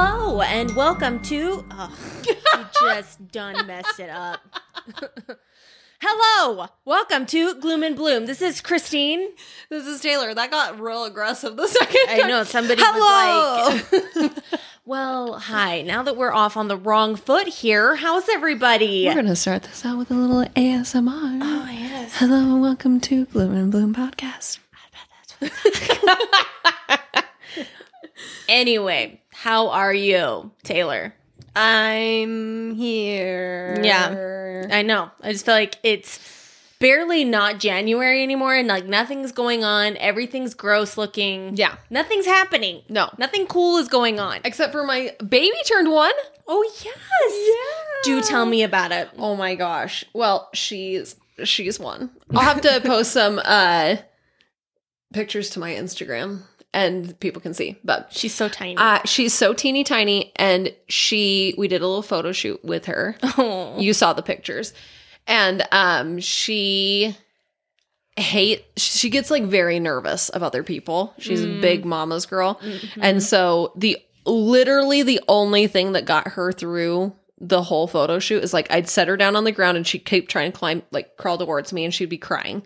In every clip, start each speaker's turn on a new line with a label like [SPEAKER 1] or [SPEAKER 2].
[SPEAKER 1] and welcome to. Oh, you just done messed it up. Hello, welcome to Gloom and Bloom. This is Christine.
[SPEAKER 2] This is Taylor. That got real aggressive the second.
[SPEAKER 1] I know somebody
[SPEAKER 2] Hello.
[SPEAKER 1] was like, "Well, hi." Now that we're off on the wrong foot here, how's everybody?
[SPEAKER 2] We're gonna start this out with a little ASMR.
[SPEAKER 1] oh yes.
[SPEAKER 2] Hello and welcome to Bloom and Bloom podcast.
[SPEAKER 1] Anyway, how are you, Taylor?
[SPEAKER 2] I'm here.
[SPEAKER 1] Yeah. I know. I just feel like it's barely not January anymore and like nothing's going on. Everything's gross looking.
[SPEAKER 2] Yeah.
[SPEAKER 1] Nothing's happening.
[SPEAKER 2] No.
[SPEAKER 1] Nothing cool is going on.
[SPEAKER 2] Except for my baby turned one.
[SPEAKER 1] Oh yes. Do tell me about it.
[SPEAKER 2] Oh my gosh. Well, she's she's one. I'll have to post some uh pictures to my Instagram and people can see. But
[SPEAKER 1] She's so tiny.
[SPEAKER 2] uh she's so teeny tiny and she we did a little photo shoot with her.
[SPEAKER 1] oh.
[SPEAKER 2] you saw the pictures and um she hate she gets like very nervous of other people she's a big mama's girl and so the literally the only thing that got her through the whole photo shoot is like i'd set her down on the ground and she'd keep trying to climb like crawl towards me and she'd be crying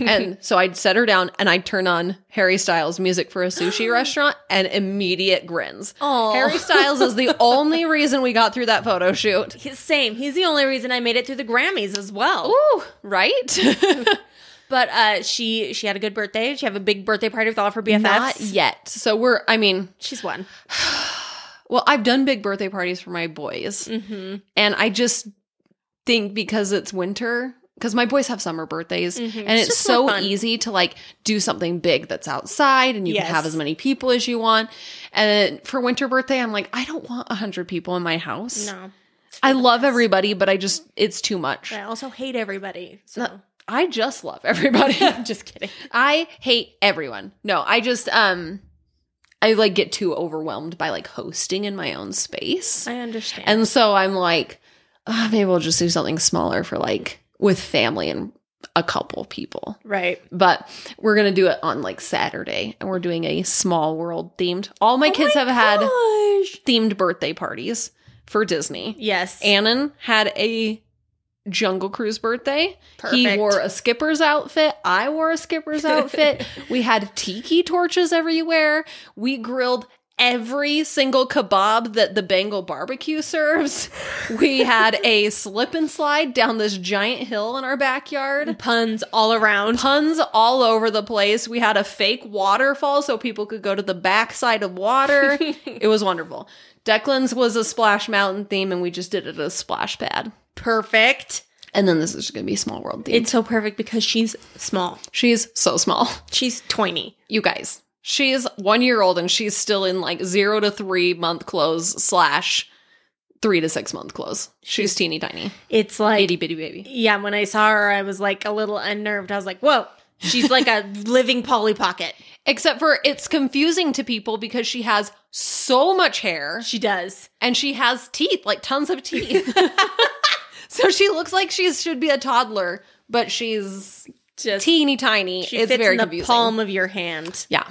[SPEAKER 2] and so i'd set her down and i'd turn on harry styles music for a sushi restaurant and immediate grins
[SPEAKER 1] Aw.
[SPEAKER 2] harry styles is the only reason we got through that photo shoot
[SPEAKER 1] He's- Same. He's the only reason I made it through the Grammys as well.
[SPEAKER 2] Ooh, right?
[SPEAKER 1] But uh, she she had a good birthday. She have a big birthday party with all of her BFFs.
[SPEAKER 2] Not yet. So we're, I mean,
[SPEAKER 1] She's one.
[SPEAKER 2] well, I've done big birthday parties for my boys.
[SPEAKER 1] Mm-hmm.
[SPEAKER 2] And I just think because it's winter, because my boys have summer birthdays, and
[SPEAKER 1] Mm-hmm. It's
[SPEAKER 2] it's,
[SPEAKER 1] just more
[SPEAKER 2] so
[SPEAKER 1] fun.
[SPEAKER 2] easy to like do something big that's outside and you
[SPEAKER 1] Yes.
[SPEAKER 2] can have as many people as you want. And for winter birthday, I'm like, I don't want 100 people in my house.
[SPEAKER 1] No.
[SPEAKER 2] I love everybody, but I just, it's too much.
[SPEAKER 1] But I also hate everybody. So
[SPEAKER 2] I just love everybody.
[SPEAKER 1] I'm just kidding.
[SPEAKER 2] I hate everyone. No, I just um I like get too overwhelmed by like hosting in my own space.
[SPEAKER 1] I understand.
[SPEAKER 2] And so I'm like, oh, maybe we'll just do something smaller for like with family and a couple people.
[SPEAKER 1] right.
[SPEAKER 2] But we're gonna do it on like Saturday and we're doing a small world themed. All
[SPEAKER 1] Oh
[SPEAKER 2] my kids have had
[SPEAKER 1] Gosh.
[SPEAKER 2] themed birthday parties for Disney.
[SPEAKER 1] Yes.
[SPEAKER 2] Annan had a Jungle Cruise birthday.
[SPEAKER 1] Perfect.
[SPEAKER 2] He wore a skipper's outfit. I wore a skipper's outfit. we had tiki torches everywhere. We grilled every single kebab that the Bengal barbecue serves. We had a slip and slide down this giant hill in our backyard.
[SPEAKER 1] puns all around.
[SPEAKER 2] Puns all over the place. We had a fake waterfall so people could go to the backside of water. it was wonderful. Declan's was a splash mountain theme, and we just did it as a splash pad.
[SPEAKER 1] Perfect.
[SPEAKER 2] And then this is going to be small world theme.
[SPEAKER 1] It's so perfect because she's small.
[SPEAKER 2] she's so small.
[SPEAKER 1] She's tiny.
[SPEAKER 2] You guys, she's one year old and she's still in like zero to three month clothes slash three to six month clothes. She's teeny tiny,
[SPEAKER 1] It's like
[SPEAKER 2] itty bitty baby.
[SPEAKER 1] yeah. When I saw her, I was like a little unnerved. I was like, whoa. She's like a living Polly Pocket.
[SPEAKER 2] Except for it's confusing to people because she has so much hair
[SPEAKER 1] She does.
[SPEAKER 2] and she has teeth, like tons of teeth. so she looks like she should be a toddler, but she's
[SPEAKER 1] Just
[SPEAKER 2] teeny tiny.
[SPEAKER 1] she
[SPEAKER 2] it's
[SPEAKER 1] fits
[SPEAKER 2] very
[SPEAKER 1] in the
[SPEAKER 2] confusing.
[SPEAKER 1] palm of your hand.
[SPEAKER 2] Yeah.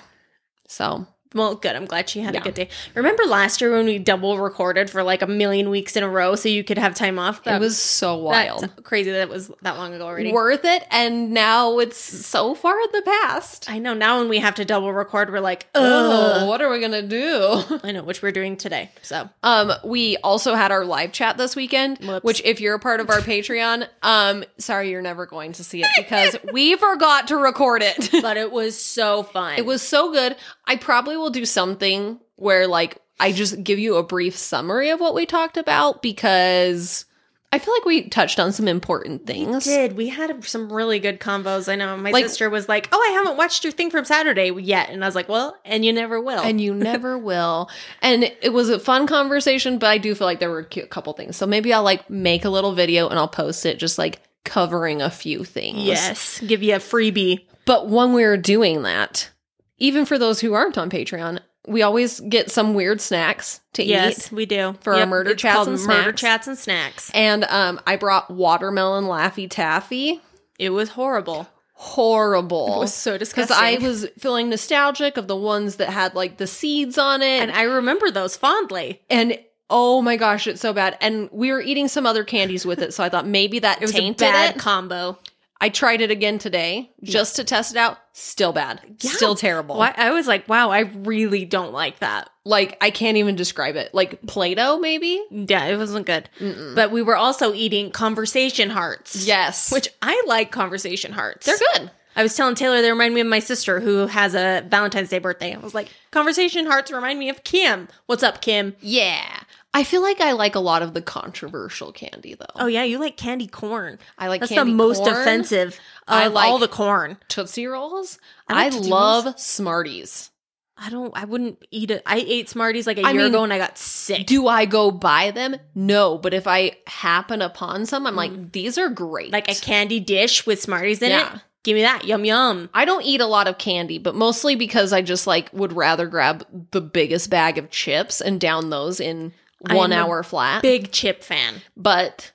[SPEAKER 2] So
[SPEAKER 1] Well, good. I'm glad she had a
[SPEAKER 2] Yeah.
[SPEAKER 1] good day. Remember last year when we double recorded for like a million weeks in a row, so you could have time off.
[SPEAKER 2] it was so
[SPEAKER 1] that's
[SPEAKER 2] wild.
[SPEAKER 1] crazy. That was that long ago already.
[SPEAKER 2] worth it and now it's so far in the past
[SPEAKER 1] I know. Now when we have to double record, we're like, oh,
[SPEAKER 2] what are we gonna do
[SPEAKER 1] I know, which we're doing today. So
[SPEAKER 2] um we also had our live chat this weekend
[SPEAKER 1] Whoops.
[SPEAKER 2] which if you're a part of our patreon um sorry you're never going to see it because we forgot to record it
[SPEAKER 1] but it was so fun.
[SPEAKER 2] it was so good i probably will do something where like i just give you a brief summary of what we talked about because i feel like we touched on some important things
[SPEAKER 1] did. We had some really good combos. I know. My
[SPEAKER 2] Like-
[SPEAKER 1] sister was like, "Oh, I haven't watched your thing from Saturday yet," and I was like, "Well, and you never will."
[SPEAKER 2] and you never will. And it was a fun conversation, but I do feel like there were a cute couple things. So maybe I'll like make a little video and I'll post it just like covering a few things.
[SPEAKER 1] yes, give you a freebie.
[SPEAKER 2] But when we were doing that, even for those who aren't on Patreon, we always get some weird snacks to
[SPEAKER 1] Yes,
[SPEAKER 2] eat.
[SPEAKER 1] we do
[SPEAKER 2] For our murder
[SPEAKER 1] it's
[SPEAKER 2] chats
[SPEAKER 1] called
[SPEAKER 2] and
[SPEAKER 1] murder
[SPEAKER 2] snacks.
[SPEAKER 1] chats and snacks.
[SPEAKER 2] And um, I brought watermelon Laffy Taffy.
[SPEAKER 1] It was horrible.
[SPEAKER 2] Horrible.
[SPEAKER 1] It was so
[SPEAKER 2] because
[SPEAKER 1] disgusting.
[SPEAKER 2] I was feeling nostalgic of the ones that had like the seeds on it.
[SPEAKER 1] and I remember those fondly.
[SPEAKER 2] and oh my gosh, it's so bad. And we were eating some other candies with it, so I thought maybe that
[SPEAKER 1] It was
[SPEAKER 2] tainted
[SPEAKER 1] a bad
[SPEAKER 2] it.
[SPEAKER 1] combo.
[SPEAKER 2] I tried it again today just to test it out. Still bad. Still terrible.
[SPEAKER 1] Why I was like, wow, I really don't like that.
[SPEAKER 2] Like I can't even describe it. Like Play-Doh, maybe.
[SPEAKER 1] Yeah, it wasn't good. But we were also eating conversation hearts.
[SPEAKER 2] Yes,
[SPEAKER 1] Which I like conversation hearts.
[SPEAKER 2] they're good.
[SPEAKER 1] I was telling Taylor they remind me of my sister who has a Valentine's Day birthday. I was like, conversation hearts remind me of Kim. What's up, Kim?
[SPEAKER 2] Yeah, I feel like I like a lot of the controversial candy though.
[SPEAKER 1] Oh yeah, you like candy corn.
[SPEAKER 2] I like
[SPEAKER 1] That's
[SPEAKER 2] candy
[SPEAKER 1] the most
[SPEAKER 2] corn,
[SPEAKER 1] offensive of
[SPEAKER 2] I like-
[SPEAKER 1] all the corn.
[SPEAKER 2] Tootsie Rolls.
[SPEAKER 1] I
[SPEAKER 2] I,
[SPEAKER 1] like Tootsie
[SPEAKER 2] love Smarties.
[SPEAKER 1] I don't. I wouldn't eat it. I ate Smarties like a
[SPEAKER 2] I
[SPEAKER 1] year
[SPEAKER 2] mean,
[SPEAKER 1] ago and I got sick.
[SPEAKER 2] Do I go buy them? No, but if I happen upon some, I'm like, these are great.
[SPEAKER 1] Mm. like a candy dish with Smarties in
[SPEAKER 2] Yeah.
[SPEAKER 1] it. Give me that. Yum yum.
[SPEAKER 2] I don't eat a lot of candy, but mostly because I just like would rather grab the biggest bag of chips and down those in
[SPEAKER 1] I am
[SPEAKER 2] one
[SPEAKER 1] a
[SPEAKER 2] hour flat.
[SPEAKER 1] Big chip fan.
[SPEAKER 2] but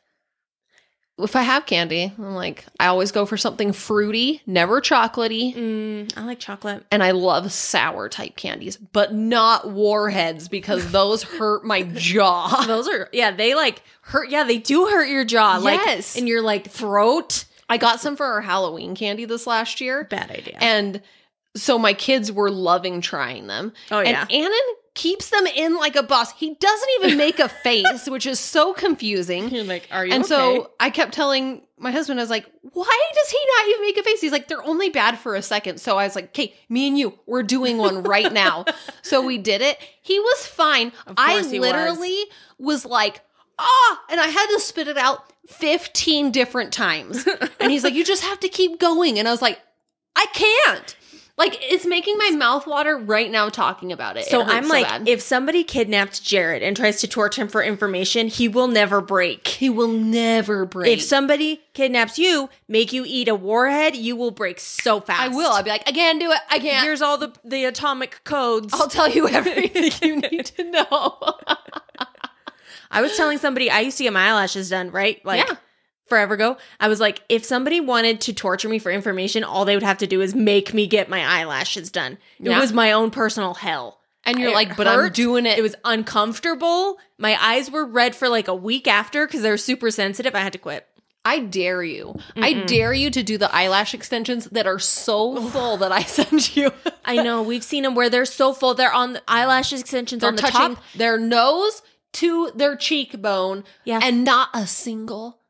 [SPEAKER 2] if I have candy, I'm like, I always go for something fruity, never chocolatey.
[SPEAKER 1] Mm, I like chocolate.
[SPEAKER 2] And I love sour type candies, but not warheads because those hurt my jaw.
[SPEAKER 1] Those are yeah. They like hurt. Yeah, they do hurt your jaw.
[SPEAKER 2] Yes.
[SPEAKER 1] Like in your like throat.
[SPEAKER 2] I got some for our Halloween candy this last year.
[SPEAKER 1] Bad idea.
[SPEAKER 2] And so my kids were loving trying them.
[SPEAKER 1] Oh,
[SPEAKER 2] and
[SPEAKER 1] yeah.
[SPEAKER 2] Annan keeps them in like a boss. He doesn't even make a face, which is so confusing.
[SPEAKER 1] You're like, are you?
[SPEAKER 2] And
[SPEAKER 1] okay?
[SPEAKER 2] so I kept telling my husband, I was like, why does he not even make a face? He's like, they're only bad for a second. So I was like, okay, me and you, we're doing one right now. so we did it. He was fine. I
[SPEAKER 1] course he was.
[SPEAKER 2] literally was like, ah, and I had to spit it out 15 different times. and he's like, you just have to keep going. And I was like, I can't. Like it's making my mouth water right now talking about it.
[SPEAKER 1] So
[SPEAKER 2] It hurts
[SPEAKER 1] I'm like,
[SPEAKER 2] bad.
[SPEAKER 1] if somebody kidnapped Jared and tries to torture him for information, he will never break.
[SPEAKER 2] he will never break.
[SPEAKER 1] If somebody kidnaps you, make you eat a warhead, you will break so fast.
[SPEAKER 2] I will. I'll be like, I can't do it. I can't.
[SPEAKER 1] Here's all the the atomic codes.
[SPEAKER 2] I'll tell you everything you need to know.
[SPEAKER 1] I was telling somebody I used to get my eyelashes done, right? Like
[SPEAKER 2] Yeah.
[SPEAKER 1] forever ago. I was like, if somebody wanted to torture me for information, all they would have to do is make me get my eyelashes done. It
[SPEAKER 2] Yeah.
[SPEAKER 1] was my own personal hell.
[SPEAKER 2] And you're
[SPEAKER 1] It
[SPEAKER 2] like, but I'm
[SPEAKER 1] hurt.
[SPEAKER 2] doing it.
[SPEAKER 1] It was uncomfortable. My eyes were red for like a week after because they were super sensitive. I had to quit.
[SPEAKER 2] I dare you. I dare you to do the eyelash extensions that are so full that I send you.
[SPEAKER 1] I know we've seen them where they're so full. They're on the eyelash extensions
[SPEAKER 2] They're
[SPEAKER 1] on the
[SPEAKER 2] touching
[SPEAKER 1] top.
[SPEAKER 2] their nose to their cheekbone,
[SPEAKER 1] Yeah.
[SPEAKER 2] and not a single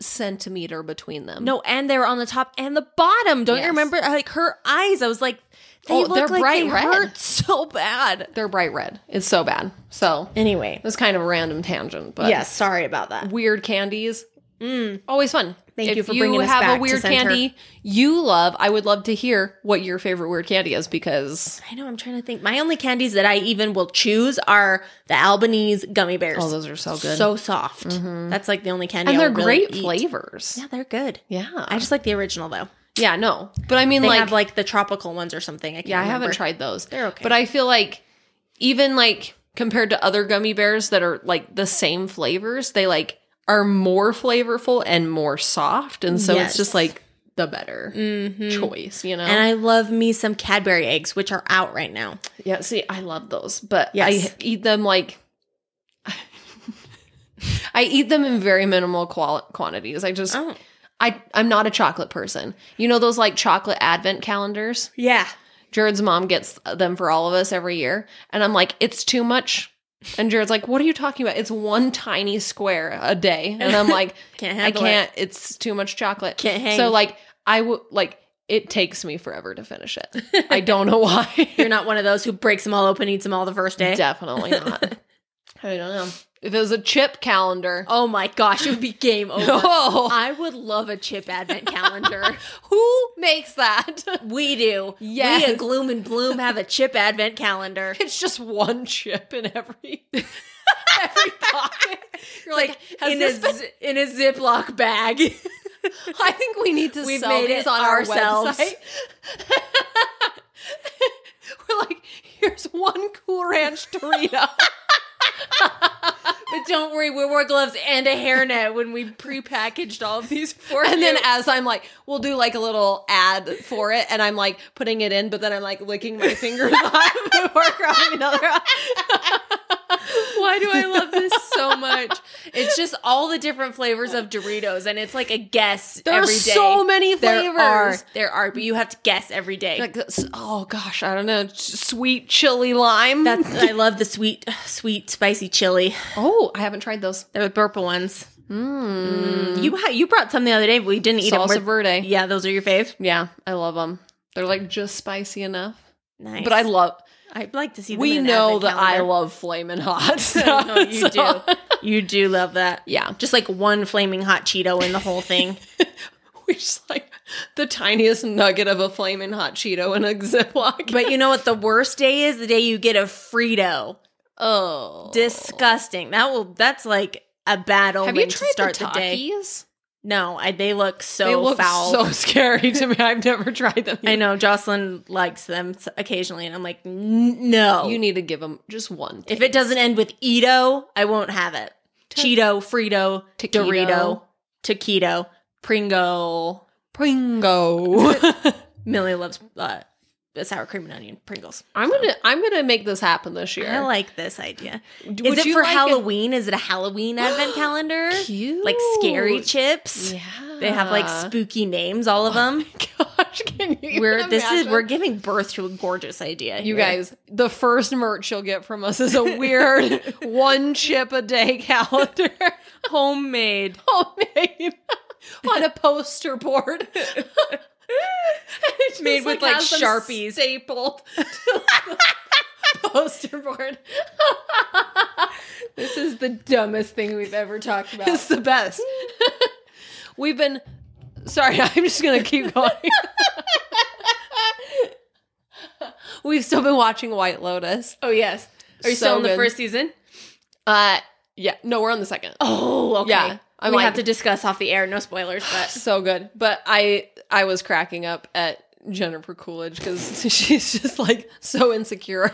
[SPEAKER 2] centimeter between them.
[SPEAKER 1] No, and they were on the top and the bottom. Don't
[SPEAKER 2] Yes.
[SPEAKER 1] you remember? Like her eyes, I was like, they
[SPEAKER 2] Oh,
[SPEAKER 1] look
[SPEAKER 2] they're
[SPEAKER 1] like
[SPEAKER 2] bright
[SPEAKER 1] they
[SPEAKER 2] red.
[SPEAKER 1] hurt so bad.
[SPEAKER 2] they're bright red. It's so bad. So it
[SPEAKER 1] Anyway,
[SPEAKER 2] was kind of a random tangent, but
[SPEAKER 1] yeah, sorry about that.
[SPEAKER 2] weird candies. Mm, Always fun.
[SPEAKER 1] Thank
[SPEAKER 2] if
[SPEAKER 1] you for bringing us
[SPEAKER 2] have
[SPEAKER 1] back
[SPEAKER 2] a
[SPEAKER 1] to
[SPEAKER 2] weird
[SPEAKER 1] center.
[SPEAKER 2] candy you love, I would love to hear what your favorite weird candy is because
[SPEAKER 1] I know. I'm trying to think. My only candies that I even will choose are the Albanese gummy bears.
[SPEAKER 2] oh, those are so good.
[SPEAKER 1] so soft. That's like the only candy.
[SPEAKER 2] and
[SPEAKER 1] I'll
[SPEAKER 2] they're
[SPEAKER 1] really
[SPEAKER 2] great
[SPEAKER 1] eat.
[SPEAKER 2] flavors.
[SPEAKER 1] Yeah, they're good.
[SPEAKER 2] Yeah.
[SPEAKER 1] I just like the original though.
[SPEAKER 2] yeah, no. But I mean
[SPEAKER 1] They
[SPEAKER 2] like,
[SPEAKER 1] have like the tropical ones or something. I can't
[SPEAKER 2] yeah, I haven't
[SPEAKER 1] remember.
[SPEAKER 2] tried those.
[SPEAKER 1] They're okay.
[SPEAKER 2] But I feel like even like compared to other gummy bears that are like the same flavors, they like are more flavorful and more soft and so it's
[SPEAKER 1] Yes. Mm-hmm.
[SPEAKER 2] just like the better choice, you know.
[SPEAKER 1] And I love me some Cadbury eggs, which are out right now.
[SPEAKER 2] Yeah, see, I love those, but
[SPEAKER 1] Yes.
[SPEAKER 2] I eat them like I eat them in very minimal qual- quantities. I just
[SPEAKER 1] Oh.
[SPEAKER 2] I I'm not a chocolate person. You know those like chocolate advent calendars?
[SPEAKER 1] Yeah.
[SPEAKER 2] Jared's mom gets them for all of us every year, and I'm like, "It's too much." And Jared's like, "What are you talking about? It's one tiny square a day." And I'm like,
[SPEAKER 1] Can't
[SPEAKER 2] "I
[SPEAKER 1] handle it.
[SPEAKER 2] can't. It's too much chocolate."
[SPEAKER 1] Can't hang.
[SPEAKER 2] So like, I would like it takes me forever to finish it. I don't know why.
[SPEAKER 1] You're not one of those who breaks them all open, eats them all the first day.
[SPEAKER 2] Definitely not. I don't know. If it was a chip calendar,
[SPEAKER 1] Oh my gosh, it would be game over.
[SPEAKER 2] Oh, No. Uh,
[SPEAKER 1] I would love a chip advent calendar.
[SPEAKER 2] who makes that?
[SPEAKER 1] we do.
[SPEAKER 2] Yes.
[SPEAKER 1] We at Gloom and Bloom have a chip advent calendar.
[SPEAKER 2] It's just one chip in every every pocket. You're like, has
[SPEAKER 1] in
[SPEAKER 2] this
[SPEAKER 1] a
[SPEAKER 2] been?
[SPEAKER 1] zi- in a Ziploc bag.
[SPEAKER 2] I think we need to
[SPEAKER 1] We've
[SPEAKER 2] sell
[SPEAKER 1] made
[SPEAKER 2] these
[SPEAKER 1] it
[SPEAKER 2] on our
[SPEAKER 1] ourselves.
[SPEAKER 2] website. We're like, here's one Cool Ranch Dorito.
[SPEAKER 1] But don't worry, we wore gloves and a hairnet when we prepackaged all of these for
[SPEAKER 2] And
[SPEAKER 1] you.
[SPEAKER 2] then as I'm like, we'll do like a little ad for it, and I'm like putting it in, but then I'm like licking my fingers off before grabbing another.
[SPEAKER 1] Why do I love this so much? It's just all the different flavors of Doritos, and it's like a guess
[SPEAKER 2] There are
[SPEAKER 1] every day.
[SPEAKER 2] so many flavors.
[SPEAKER 1] There are, there are, but you have to guess every day.
[SPEAKER 2] Like, this- oh gosh, I don't know. Sweet chili lime.
[SPEAKER 1] That's I love the sweet, sweet, spicy chili.
[SPEAKER 2] oh, I haven't tried those.
[SPEAKER 1] They're the purple ones. Mm. You ha- you brought some the other day, but we didn't eat them.
[SPEAKER 2] Salsa
[SPEAKER 1] We're-
[SPEAKER 2] verde.
[SPEAKER 1] Yeah, those are your fave.
[SPEAKER 2] Yeah, I love them. They're like just spicy enough.
[SPEAKER 1] Nice,
[SPEAKER 2] But I love.
[SPEAKER 1] I'd like to see. Them
[SPEAKER 2] We
[SPEAKER 1] in
[SPEAKER 2] know
[SPEAKER 1] advent
[SPEAKER 2] that I
[SPEAKER 1] calendar.
[SPEAKER 2] love flaming hot.
[SPEAKER 1] no, you do. You do love that.
[SPEAKER 2] Yeah,
[SPEAKER 1] Just like one flaming hot Cheeto in the whole thing.
[SPEAKER 2] we just like the tiniest nugget of a flaming hot Cheeto in a Ziploc.
[SPEAKER 1] but you know what the worst day is? The day you get a Frito.
[SPEAKER 2] oh,
[SPEAKER 1] Disgusting. That will that's like a battle.
[SPEAKER 2] have
[SPEAKER 1] when
[SPEAKER 2] you
[SPEAKER 1] to
[SPEAKER 2] tried
[SPEAKER 1] start
[SPEAKER 2] the
[SPEAKER 1] the, day.
[SPEAKER 2] Takis?
[SPEAKER 1] No, I, they look so
[SPEAKER 2] they look
[SPEAKER 1] foul.
[SPEAKER 2] so scary to me. I've never tried them.
[SPEAKER 1] I know Jocelyn likes them s- occasionally, and I'm like, "N- no.
[SPEAKER 2] You need to give them just one.
[SPEAKER 1] if it doesn't end with Edo, I won't have it. Cheeto, Frito,
[SPEAKER 2] Taquito.
[SPEAKER 1] Dorito, Taquito, Pringle.
[SPEAKER 2] Pringo.
[SPEAKER 1] Millie loves uh, sour cream and onion Pringles.
[SPEAKER 2] I'm gonna I'm gonna make this happen this year.
[SPEAKER 1] I like this idea.
[SPEAKER 2] Would
[SPEAKER 1] Is it
[SPEAKER 2] you
[SPEAKER 1] for
[SPEAKER 2] like
[SPEAKER 1] Halloween? Is it a Halloween advent calendar?
[SPEAKER 2] a- Cute.
[SPEAKER 1] Like scary chips.
[SPEAKER 2] Yeah.
[SPEAKER 1] They have like spooky names, all of them.
[SPEAKER 2] Gosh, can you?
[SPEAKER 1] We're this is
[SPEAKER 2] imagine?
[SPEAKER 1] we're giving birth to a gorgeous idea.
[SPEAKER 2] You
[SPEAKER 1] here.
[SPEAKER 2] guys, the first merch you'll get from us is a weird one chip a day calendar
[SPEAKER 1] homemade.
[SPEAKER 2] homemade Oh, on a poster board. It just,
[SPEAKER 1] Made with, like,
[SPEAKER 2] has them
[SPEAKER 1] Sharpies.
[SPEAKER 2] stapled to the poster board.
[SPEAKER 1] This is the dumbest thing we've ever talked about.
[SPEAKER 2] It's the best. We've been sorry, I'm just gonna keep going. We've still been watching White Lotus.
[SPEAKER 1] oh yes. Are you
[SPEAKER 2] So
[SPEAKER 1] still in the
[SPEAKER 2] good.
[SPEAKER 1] first season?
[SPEAKER 2] Uh yeah, no, we're on the second.
[SPEAKER 1] Oh, okay.
[SPEAKER 2] Yeah, I'm
[SPEAKER 1] we
[SPEAKER 2] like-
[SPEAKER 1] have to discuss off the air. No spoilers, but
[SPEAKER 2] so good. But I I was cracking up at Jennifer Coolidge because she's just like so insecure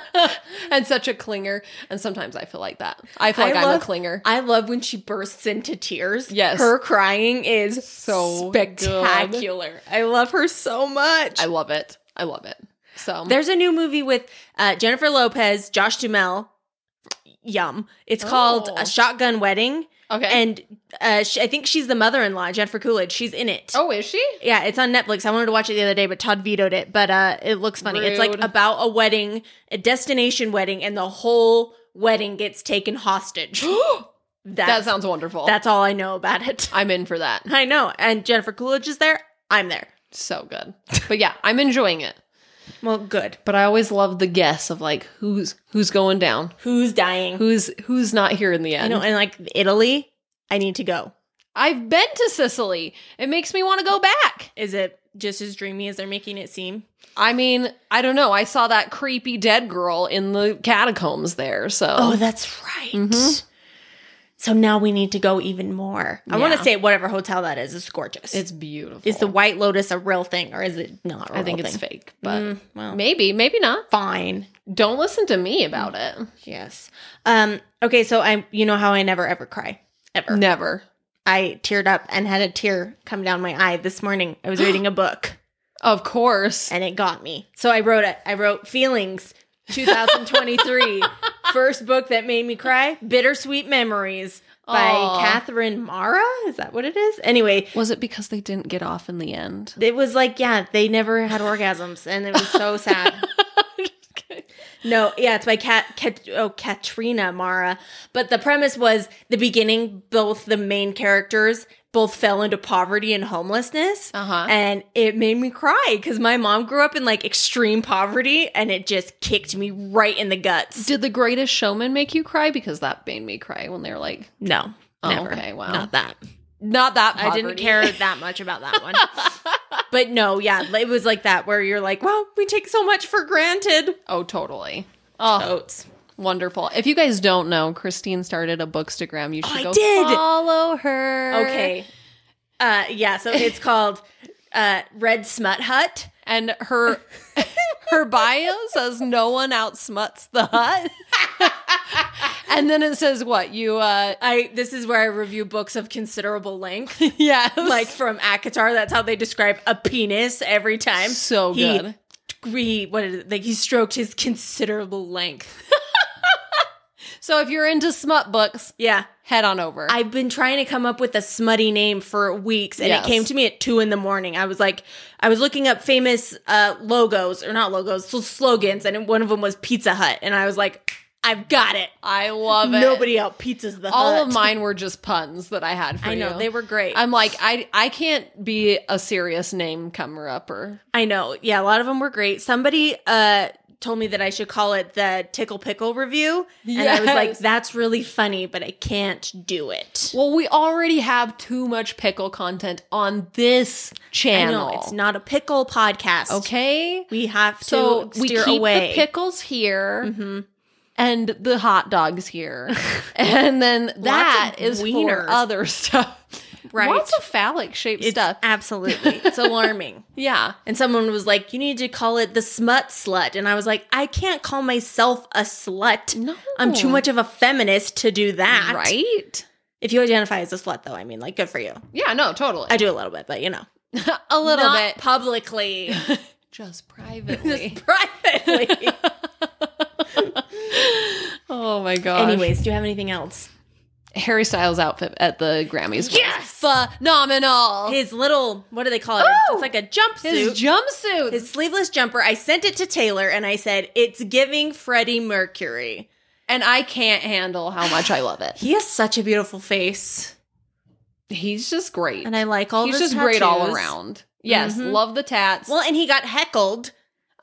[SPEAKER 2] and such a clinger. And sometimes I feel like that. I feel like I am a clinger.
[SPEAKER 1] I love when she bursts into tears.
[SPEAKER 2] Yes.
[SPEAKER 1] her crying is so
[SPEAKER 2] So good.
[SPEAKER 1] spectacular. I love her so much.
[SPEAKER 2] I love it. I love it. So
[SPEAKER 1] There's a new movie with uh, Jennifer Lopez, Josh Duhamel. Yum! It's called
[SPEAKER 2] Oh.
[SPEAKER 1] A Shotgun Wedding,
[SPEAKER 2] okay.
[SPEAKER 1] and uh, she, I think she's the mother-in-law, Jennifer Coolidge. She's in it.
[SPEAKER 2] oh, is she?
[SPEAKER 1] Yeah, it's on Netflix. I wanted to watch it the other day, but Todd vetoed it. But uh, it looks funny. It's like
[SPEAKER 2] Rude.
[SPEAKER 1] about a wedding, a destination wedding, and the whole wedding gets taken hostage.
[SPEAKER 2] That
[SPEAKER 1] That's,
[SPEAKER 2] sounds wonderful.
[SPEAKER 1] that's all I know about it.
[SPEAKER 2] I'm in for that.
[SPEAKER 1] I know. And Jennifer Coolidge is there. I'm there.
[SPEAKER 2] So good. But yeah, I'm enjoying it.
[SPEAKER 1] Well, good.
[SPEAKER 2] But I always love the guess of like who's who's going down,
[SPEAKER 1] Who's dying?
[SPEAKER 2] who's who's not here in the
[SPEAKER 1] you
[SPEAKER 2] end.
[SPEAKER 1] know, and like Italy, I need to go.
[SPEAKER 2] I've been to Sicily. It makes me want to go back.
[SPEAKER 1] Is it just as dreamy as they're making it seem?
[SPEAKER 2] I mean, I don't know. I saw that creepy dead girl in the catacombs there. So
[SPEAKER 1] Oh, that's right.
[SPEAKER 2] Mhm.
[SPEAKER 1] Mm-hmm. So now we need to go even more. I want
[SPEAKER 2] Yeah.
[SPEAKER 1] to say whatever hotel that is. It's gorgeous.
[SPEAKER 2] it's beautiful.
[SPEAKER 1] Is the White Lotus a real thing or is it not? I
[SPEAKER 2] I think it's fake, but
[SPEAKER 1] Mm, well,
[SPEAKER 2] maybe, maybe not.
[SPEAKER 1] fine.
[SPEAKER 2] Don't listen to me about it.
[SPEAKER 1] Yes. Um. Okay. So I, you know how I never ever cry ever.
[SPEAKER 2] Never.
[SPEAKER 1] I teared up and had a tear come down my eye this morning. I was reading a book
[SPEAKER 2] Of course.
[SPEAKER 1] and it got me. So I wrote it. I wrote feelings. 2023 first book that made me cry bittersweet memories by
[SPEAKER 2] Aw.
[SPEAKER 1] catherine mara is that what it is anyway
[SPEAKER 2] Was it because they didn't get off in the end?
[SPEAKER 1] it was like yeah they never had orgasms and it was so sad
[SPEAKER 2] Just kidding.
[SPEAKER 1] No, yeah, it's by Cat, Cat oh Katrina Mara. But the premise was the beginning. Both the main characters both fell into poverty and homelessness,
[SPEAKER 2] Uh-huh.
[SPEAKER 1] and it made me cry because my mom grew up in like extreme poverty, and it just kicked me right in the guts.
[SPEAKER 2] Did the greatest showman make you cry? Because that made me cry when they were like,
[SPEAKER 1] No,
[SPEAKER 2] Oh,
[SPEAKER 1] never.
[SPEAKER 2] okay, wow.
[SPEAKER 1] Not that.
[SPEAKER 2] not that
[SPEAKER 1] I didn't
[SPEAKER 2] poverty.
[SPEAKER 1] care that much about that one. but no, yeah, it was like that where you're like, wow, we take so much for granted.
[SPEAKER 2] Oh, totally. Oh,
[SPEAKER 1] Oats.
[SPEAKER 2] wonderful. If you guys don't know, Christine started a bookstagram. You should
[SPEAKER 1] I
[SPEAKER 2] go
[SPEAKER 1] did.
[SPEAKER 2] follow her.
[SPEAKER 1] Okay. Uh, yeah, so it's called uh, Red Smut Hut.
[SPEAKER 2] and her her bio says no one outsmuts the hut and then it says what you uh
[SPEAKER 1] I this is where I review books of considerable length,
[SPEAKER 2] yeah
[SPEAKER 1] like from Akatar. That's how they describe a penis every time.
[SPEAKER 2] So
[SPEAKER 1] He-
[SPEAKER 2] good.
[SPEAKER 1] He what is it? like he stroked his considerable length.
[SPEAKER 2] So if you're into smut books,
[SPEAKER 1] Yeah.
[SPEAKER 2] head on over.
[SPEAKER 1] I've been trying to come up with a smutty name for weeks, and
[SPEAKER 2] Yes.
[SPEAKER 1] it came to me at two in the morning. I was like, I was looking up famous uh, logos or not logos, so slogans, and one of them was Pizza Hut, and I was like, I've got it.
[SPEAKER 2] I love it.
[SPEAKER 1] Nobody else. Pizza's the
[SPEAKER 2] All
[SPEAKER 1] Hut.
[SPEAKER 2] of mine were just puns that I had for
[SPEAKER 1] I know
[SPEAKER 2] you.
[SPEAKER 1] they were great.
[SPEAKER 2] I'm like I I can't be a serious name comer upper.
[SPEAKER 1] I know. Yeah, a lot of them were great. Somebody uh told me that I should call it the Tickle Pickle review, and I was like,
[SPEAKER 2] Yes.
[SPEAKER 1] that's really funny, but I can't do it.
[SPEAKER 2] Well, we already have too much pickle content on this
[SPEAKER 1] I
[SPEAKER 2] channel.
[SPEAKER 1] know it's not a pickle podcast.
[SPEAKER 2] okay.
[SPEAKER 1] we have to
[SPEAKER 2] So
[SPEAKER 1] steer
[SPEAKER 2] we keep
[SPEAKER 1] away.
[SPEAKER 2] the pickles here and the hot dogs here, and then that
[SPEAKER 1] of
[SPEAKER 2] is
[SPEAKER 1] wieners.
[SPEAKER 2] for other stuff.
[SPEAKER 1] Right.
[SPEAKER 2] Lots of phallic shaped
[SPEAKER 1] It's-
[SPEAKER 2] stuff.
[SPEAKER 1] Absolutely, it's alarming.
[SPEAKER 2] Yeah.
[SPEAKER 1] And someone was like, "You need to call it the smut slut," and I was like, "I can't call myself a slut.
[SPEAKER 2] No.
[SPEAKER 1] I'm too much of a feminist to do that."
[SPEAKER 2] Right.
[SPEAKER 1] If you identify as a slut, though, I mean, like, good for you.
[SPEAKER 2] Yeah. No. Totally.
[SPEAKER 1] I do a little bit, but you know,
[SPEAKER 2] a little
[SPEAKER 1] Not
[SPEAKER 2] bit.
[SPEAKER 1] publicly.
[SPEAKER 2] Just privately.
[SPEAKER 1] privately.
[SPEAKER 2] oh my gosh.
[SPEAKER 1] Anyways, do you have anything else?
[SPEAKER 2] Harry Styles outfit at the Grammys. was
[SPEAKER 1] Yes!
[SPEAKER 2] Phenomenal.
[SPEAKER 1] His little, what do they call it?
[SPEAKER 2] Oh!
[SPEAKER 1] it's like a jumpsuit.
[SPEAKER 2] His
[SPEAKER 1] His,
[SPEAKER 2] jumpsuit.
[SPEAKER 1] sleeveless jumper. I sent it to Taylor and I said, it's giving Freddie Mercury.
[SPEAKER 2] and I can't handle how much I love it.
[SPEAKER 1] He has such a beautiful face.
[SPEAKER 2] He's just great.
[SPEAKER 1] And I like all
[SPEAKER 2] He's
[SPEAKER 1] of his
[SPEAKER 2] just great all
[SPEAKER 1] tattoos.
[SPEAKER 2] around. Yes,
[SPEAKER 1] Mhm.
[SPEAKER 2] love the tats.
[SPEAKER 1] Well, and he got heckled.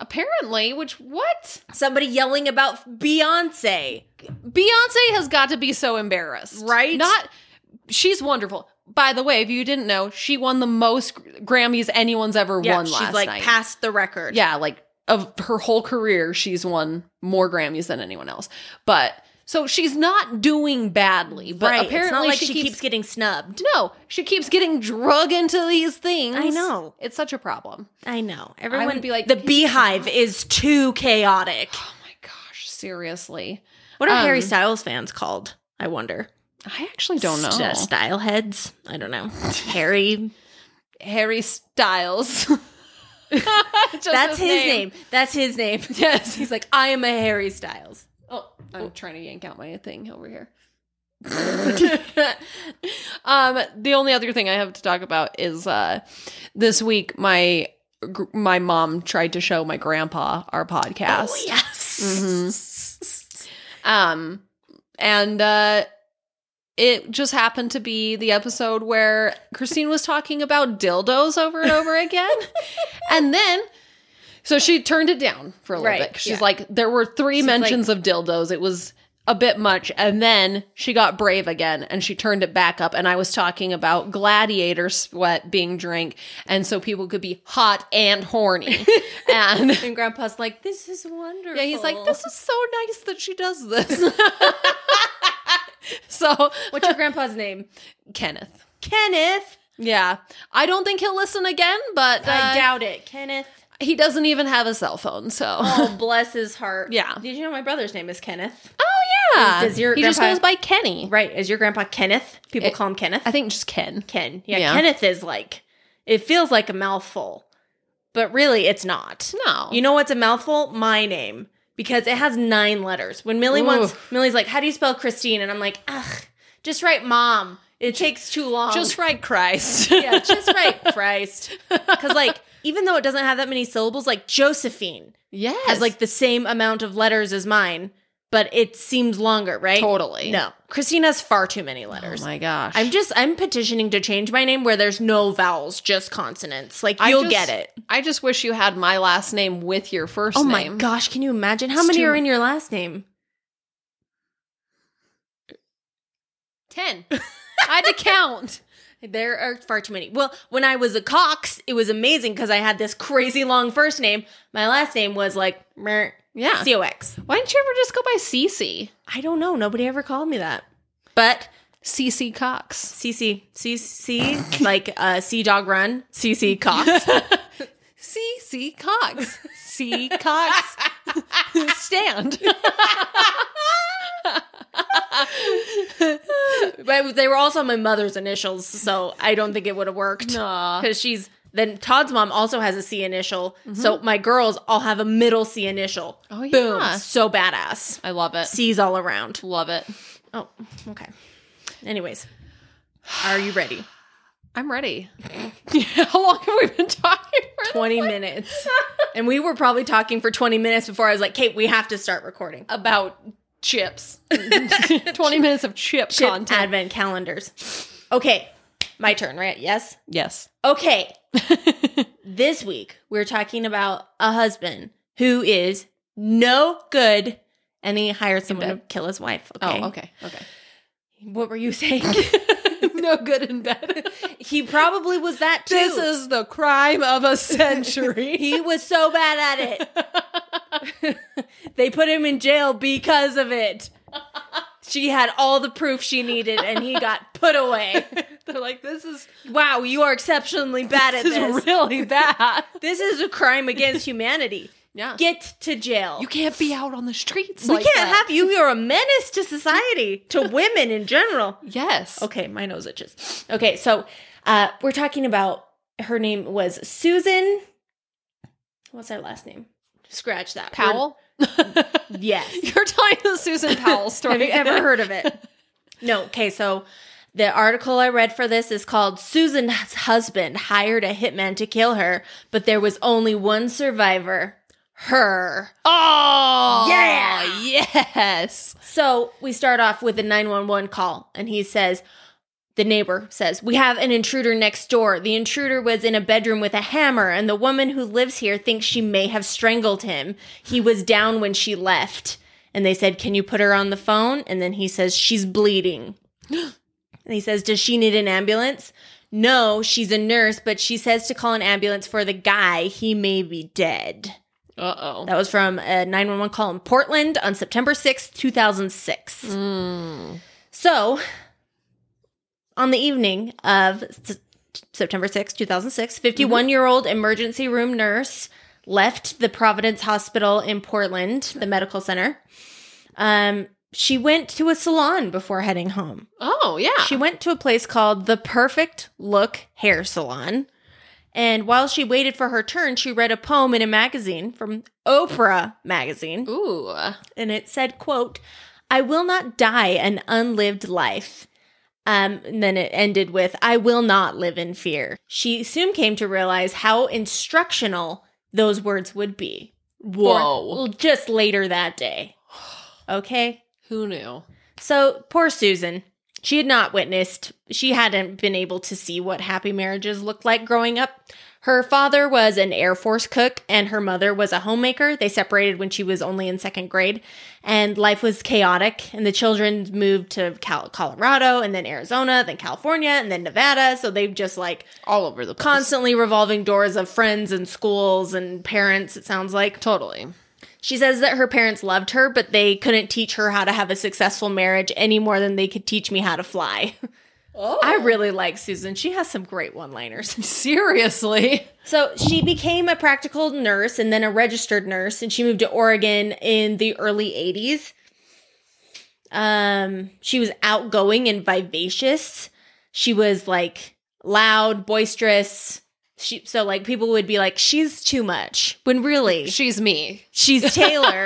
[SPEAKER 2] Apparently, which what?
[SPEAKER 1] Somebody yelling about Beyonce.
[SPEAKER 2] Beyonce has got to be so embarrassed.
[SPEAKER 1] Right?
[SPEAKER 2] Not she's wonderful. By the way, if you didn't know, she won the most Grammys anyone's ever
[SPEAKER 1] Yeah,
[SPEAKER 2] won
[SPEAKER 1] she's
[SPEAKER 2] last
[SPEAKER 1] like
[SPEAKER 2] night.
[SPEAKER 1] past the record.
[SPEAKER 2] yeah, like of her whole career, she's won more Grammys than anyone else. But so she's not doing badly. But
[SPEAKER 1] right.
[SPEAKER 2] apparently,
[SPEAKER 1] it's not like
[SPEAKER 2] she, keeps,
[SPEAKER 1] getting snubbed.
[SPEAKER 2] no, she keeps getting drug into these things.
[SPEAKER 1] I know.
[SPEAKER 2] it's such a problem.
[SPEAKER 1] I know. Everyone
[SPEAKER 2] would be like,
[SPEAKER 1] the
[SPEAKER 2] "Please
[SPEAKER 1] beehive is too chaotic.
[SPEAKER 2] Oh my gosh, seriously,
[SPEAKER 1] What are
[SPEAKER 2] Um,
[SPEAKER 1] Harry Styles fans called? I wonder.
[SPEAKER 2] I actually don't know.
[SPEAKER 1] St- style heads? I don't know. Harry.
[SPEAKER 2] Harry Styles. Just
[SPEAKER 1] That's his name. That's his name.
[SPEAKER 2] Yes,
[SPEAKER 1] He's like, I am a Harry Styles.
[SPEAKER 2] Oh, I'm trying to yank out my thing over here. um, the only other thing I have to talk about is uh, this week my gr- my mom tried to show my grandpa our podcast.
[SPEAKER 1] Oh, yes.
[SPEAKER 2] Mm-hmm. Um, and uh, it just happened to be the episode where Christine was talking about dildos over and over again, and then. So she turned it down for a little
[SPEAKER 1] Right,
[SPEAKER 2] bit. 'cause She's
[SPEAKER 1] yeah.
[SPEAKER 2] like, there were three
[SPEAKER 1] She's like-
[SPEAKER 2] mentions of dildos. It was a bit much. And then she got brave again and she turned it back up. And I was talking about gladiator sweat being drank. And so people could be hot and horny. and
[SPEAKER 1] And Grandpa's like, this is wonderful.
[SPEAKER 2] yeah, he's like, this is so nice that she does this. so,
[SPEAKER 1] What's your grandpa's name?
[SPEAKER 2] Kenneth.
[SPEAKER 1] Kenneth.
[SPEAKER 2] Yeah. I don't think he'll listen again, but
[SPEAKER 1] I
[SPEAKER 2] uh,
[SPEAKER 1] doubt it. Kenneth.
[SPEAKER 2] he doesn't even have a cell phone. So,
[SPEAKER 1] Oh, bless his heart.
[SPEAKER 2] Yeah.
[SPEAKER 1] Did you know my brother's name is Kenneth?
[SPEAKER 2] Oh, yeah.
[SPEAKER 1] Does your
[SPEAKER 2] he just
[SPEAKER 1] grandpa-
[SPEAKER 2] goes by Kenny.
[SPEAKER 1] Right. Is your grandpa Kenneth? People
[SPEAKER 2] It-
[SPEAKER 1] call him Kenneth.
[SPEAKER 2] I think just Ken.
[SPEAKER 1] Ken. Yeah,
[SPEAKER 2] Yeah.
[SPEAKER 1] Kenneth is like it feels like a mouthful, but really it's not.
[SPEAKER 2] No.
[SPEAKER 1] You know what's a mouthful? My name because it has nine letters. When Millie wants,
[SPEAKER 2] Oof.
[SPEAKER 1] Millie's like, "How do you spell Christine?" and I'm like, "Ugh, just write mom. It takes too long."
[SPEAKER 2] just right Christ.
[SPEAKER 1] yeah, just write Christ because like even though it doesn't have that many syllables, like Josephine
[SPEAKER 2] yes. Oh
[SPEAKER 1] has like the same amount of letters as mine, but it seems longer, right?
[SPEAKER 2] totally.
[SPEAKER 1] No, Christine has far too many
[SPEAKER 2] Oh
[SPEAKER 1] letters.
[SPEAKER 2] my gosh.
[SPEAKER 1] I'm just I'm petitioning to change my name where there's no vowels, just consonants. Like you'll
[SPEAKER 2] just-
[SPEAKER 1] get it.
[SPEAKER 2] I just wish you had my last name with your first
[SPEAKER 1] Oh my
[SPEAKER 2] name.
[SPEAKER 1] gosh, can you imagine how
[SPEAKER 2] It's
[SPEAKER 1] many
[SPEAKER 2] too-
[SPEAKER 1] are in your last name?
[SPEAKER 2] 10. I had to count.
[SPEAKER 1] There are far too many. Well, when I was a Cox, it was amazing because I had this crazy long first name. My last name was like mer
[SPEAKER 2] Yeah.
[SPEAKER 1] C O X.
[SPEAKER 2] Why didn't you ever just go by Cece?
[SPEAKER 1] I don't know. Nobody ever called me that. But
[SPEAKER 2] Cece Cox.
[SPEAKER 1] CC CC like uh, Sea Dog Run CC Cox.
[SPEAKER 2] C C Cox. C Cox. Stand.
[SPEAKER 1] but they were also my mother's initials, so I don't think it would have worked.
[SPEAKER 2] Nah.
[SPEAKER 1] because she's Then Todd's mom also has a C initial. So my girls all have a middle C initial.
[SPEAKER 2] Mm-hmm. Oh,
[SPEAKER 1] Boom.
[SPEAKER 2] yeah.
[SPEAKER 1] So badass.
[SPEAKER 2] I love it.
[SPEAKER 1] C's all around.
[SPEAKER 2] Love it.
[SPEAKER 1] Oh, okay. Anyways, are you ready?
[SPEAKER 2] I'm ready. How long have we been talking? For
[SPEAKER 1] 20 minutes. And we were probably talking for 20 minutes before I was like, Kate, we have to start recording.
[SPEAKER 2] Uh, about chips. 20 minutes of chip,
[SPEAKER 1] Chip
[SPEAKER 2] content.
[SPEAKER 1] advent calendars. Okay, my turn, right? Yes?
[SPEAKER 2] yes.
[SPEAKER 1] Okay,
[SPEAKER 2] Oh,
[SPEAKER 1] this week we're talking about a husband who is no good and he hired someone to
[SPEAKER 2] bed.
[SPEAKER 1] kill his wife. Okay.
[SPEAKER 2] Oh, okay. Okay.
[SPEAKER 1] What were you saying?
[SPEAKER 2] no good in bed.
[SPEAKER 1] he probably was that too.
[SPEAKER 2] this is the crime of a century.
[SPEAKER 1] he was so bad at it. they put him in jail because of it. She had all the proof she needed and he got put away.
[SPEAKER 2] They're like, this is
[SPEAKER 1] Wow, you are exceptionally bad at
[SPEAKER 2] this
[SPEAKER 1] this.
[SPEAKER 2] is really bad.
[SPEAKER 1] This is a crime against humanity.
[SPEAKER 2] Yeah.
[SPEAKER 1] Get to jail.
[SPEAKER 2] you can't be out on the streets.
[SPEAKER 1] we
[SPEAKER 2] like
[SPEAKER 1] can't
[SPEAKER 2] that.
[SPEAKER 1] have you. You're a menace to society, to women in general.
[SPEAKER 2] Yes.
[SPEAKER 1] Okay, my nose itches. Okay, so uh, we're talking about her name was Susan. What's her last name? Scratch that.
[SPEAKER 2] Powell.
[SPEAKER 1] We're- yes.
[SPEAKER 2] You're telling the Susan Powell story.
[SPEAKER 1] Have you ever heard of it? No. Okay, so the article I read for this is called Susan's husband hired a hitman to kill her, but there was only one survivor. Her.
[SPEAKER 2] Oh
[SPEAKER 1] Yeah.
[SPEAKER 2] Yes.
[SPEAKER 1] So we start off with a 911 call, and he says, the neighbor says, We have an intruder next door. The intruder was in a bedroom with a hammer, and the woman who lives here thinks she may have strangled him. He was down when she left. And they said, Can you put her on the phone? And then he says, She's bleeding. and he says, Does she need an ambulance? No, she's a nurse, but she says to call an ambulance for the guy. He may be dead.
[SPEAKER 2] Uh oh.
[SPEAKER 1] That was from a 911 call in Portland on September sixth, two 2006.
[SPEAKER 2] Mm.
[SPEAKER 1] So, on the evening of S- September sixth, two 2006, 51 year old emergency room nurse left the Providence Hospital in Portland, the medical center. Um, she went to a salon before heading home.
[SPEAKER 2] Oh yeah.
[SPEAKER 1] She went to a place called the Perfect Look Hair Salon. And while she waited for her turn, she read a poem in a magazine from Oprah magazine,
[SPEAKER 2] Ooh.
[SPEAKER 1] and it said, quote, "I will not die an unlived life." Um, and then it ended with, "I will not live in fear." She soon came to realize how instructional those words would be. for-
[SPEAKER 2] Whoa.
[SPEAKER 1] just later that day. Okay.
[SPEAKER 2] Who knew?
[SPEAKER 1] So poor Susan. She had not witnessed, she hadn't been able to see what happy marriages looked like growing up. Her father was an Air Force cook and her mother was a homemaker. They separated when she was only in second grade, and life was chaotic. And the children moved to Cal- Colorado and then Arizona, then California, and then Nevada. So they've just like
[SPEAKER 2] All over the place.
[SPEAKER 1] constantly revolving doors of friends and schools and parents, it sounds like.
[SPEAKER 2] totally.
[SPEAKER 1] She says that her parents loved her, but they couldn't teach her how to have a successful marriage any more than they could teach me how to fly.
[SPEAKER 2] Oh.
[SPEAKER 1] I really like Susan. She has some great one liners.
[SPEAKER 2] Seriously.
[SPEAKER 1] So she became a practical nurse and then a registered nurse, and she moved to Oregon in the early 80s. Um, she was outgoing and vivacious. She was like loud, boisterous. She, so like people would be like, she's too much. When really
[SPEAKER 2] She's me.
[SPEAKER 1] She's Taylor,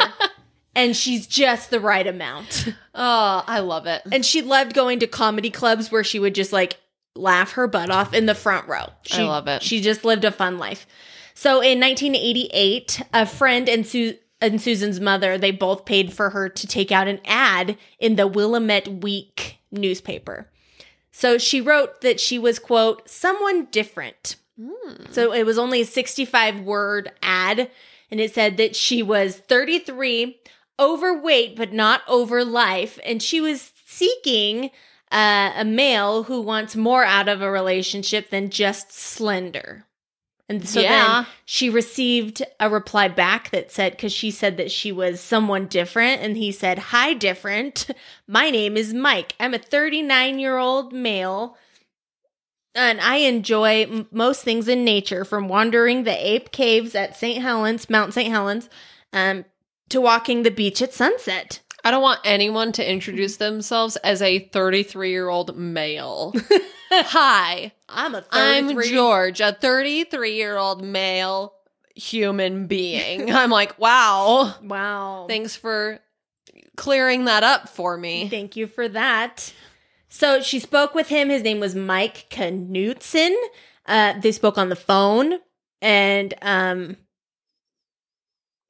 [SPEAKER 1] and she's just the right amount.
[SPEAKER 2] Oh, I love it.
[SPEAKER 1] And she loved going to comedy clubs where she would just like laugh her butt off in the front row. She,
[SPEAKER 2] love it.
[SPEAKER 1] She just lived a fun life. So in 1988, a friend and Su- and Susan's mother, they both paid for her to take out an ad in the Willamette Week newspaper. So she wrote that she was quote someone different. So it was only a 65 word ad, and it said that she was 33, overweight, but not over life, and she was seeking uh, a male who wants more out of a relationship than just slender. And so
[SPEAKER 2] Yeah.
[SPEAKER 1] then she received a reply back that said, because she said that she was someone different. And he said, Hi, different. My name is Mike. I'm a 39 year old male and I enjoy m- most things in nature, from wandering the ape caves at St. Helens, Mount St. Helens, um, to walking the beach at sunset.
[SPEAKER 2] I don't want anyone to introduce themselves as a 33 year old male. Hi,
[SPEAKER 1] I'm a 33.
[SPEAKER 2] I'm George, a 33 year old male human being. I'm like, wow.
[SPEAKER 1] Wow.
[SPEAKER 2] Thanks for clearing that up for me.
[SPEAKER 1] Thank you for that. So she spoke with him. His name was Mike Knutson. Uh, they spoke on the phone, and um,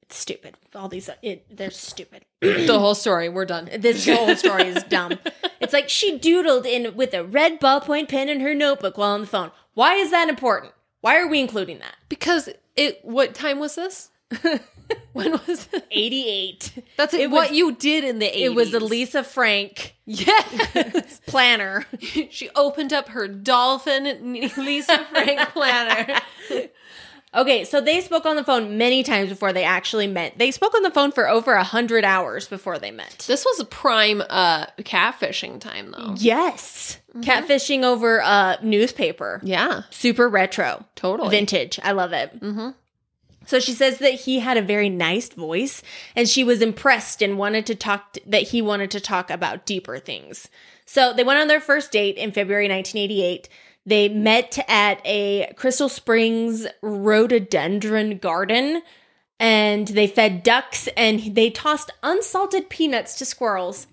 [SPEAKER 1] it's stupid. All these, it, they're stupid.
[SPEAKER 2] the whole story. We're done.
[SPEAKER 1] This whole story is dumb. It's like she doodled in with a red ballpoint pen in her notebook while on the phone. Why is that important? Why are we including that?
[SPEAKER 2] Because it. What time was this? when was it?
[SPEAKER 1] Eighty-eight.
[SPEAKER 2] That's it what you did in the 80s.
[SPEAKER 1] It was the Lisa Frank
[SPEAKER 2] Yes.
[SPEAKER 1] planner.
[SPEAKER 2] she opened up her dolphin Lisa Frank planner.
[SPEAKER 1] Okay, so they spoke on the phone many times before they actually met. They spoke on the phone for over a hundred hours before they met.
[SPEAKER 2] This was prime uh catfishing time though.
[SPEAKER 1] Yes, catfishing over a newspaper.
[SPEAKER 2] Mm-hmm. Yeah,
[SPEAKER 1] Super retro,
[SPEAKER 2] totally.
[SPEAKER 1] vintage. I love it.
[SPEAKER 2] Mhm.
[SPEAKER 1] So she says that he had a very nice voice, and she was impressed and wanted to talk. t- that he wanted to talk about deeper things. So they went on their first date in February 1988. They met at a Crystal Springs rhododendron garden and they fed ducks and they tossed unsalted peanuts to squirrels.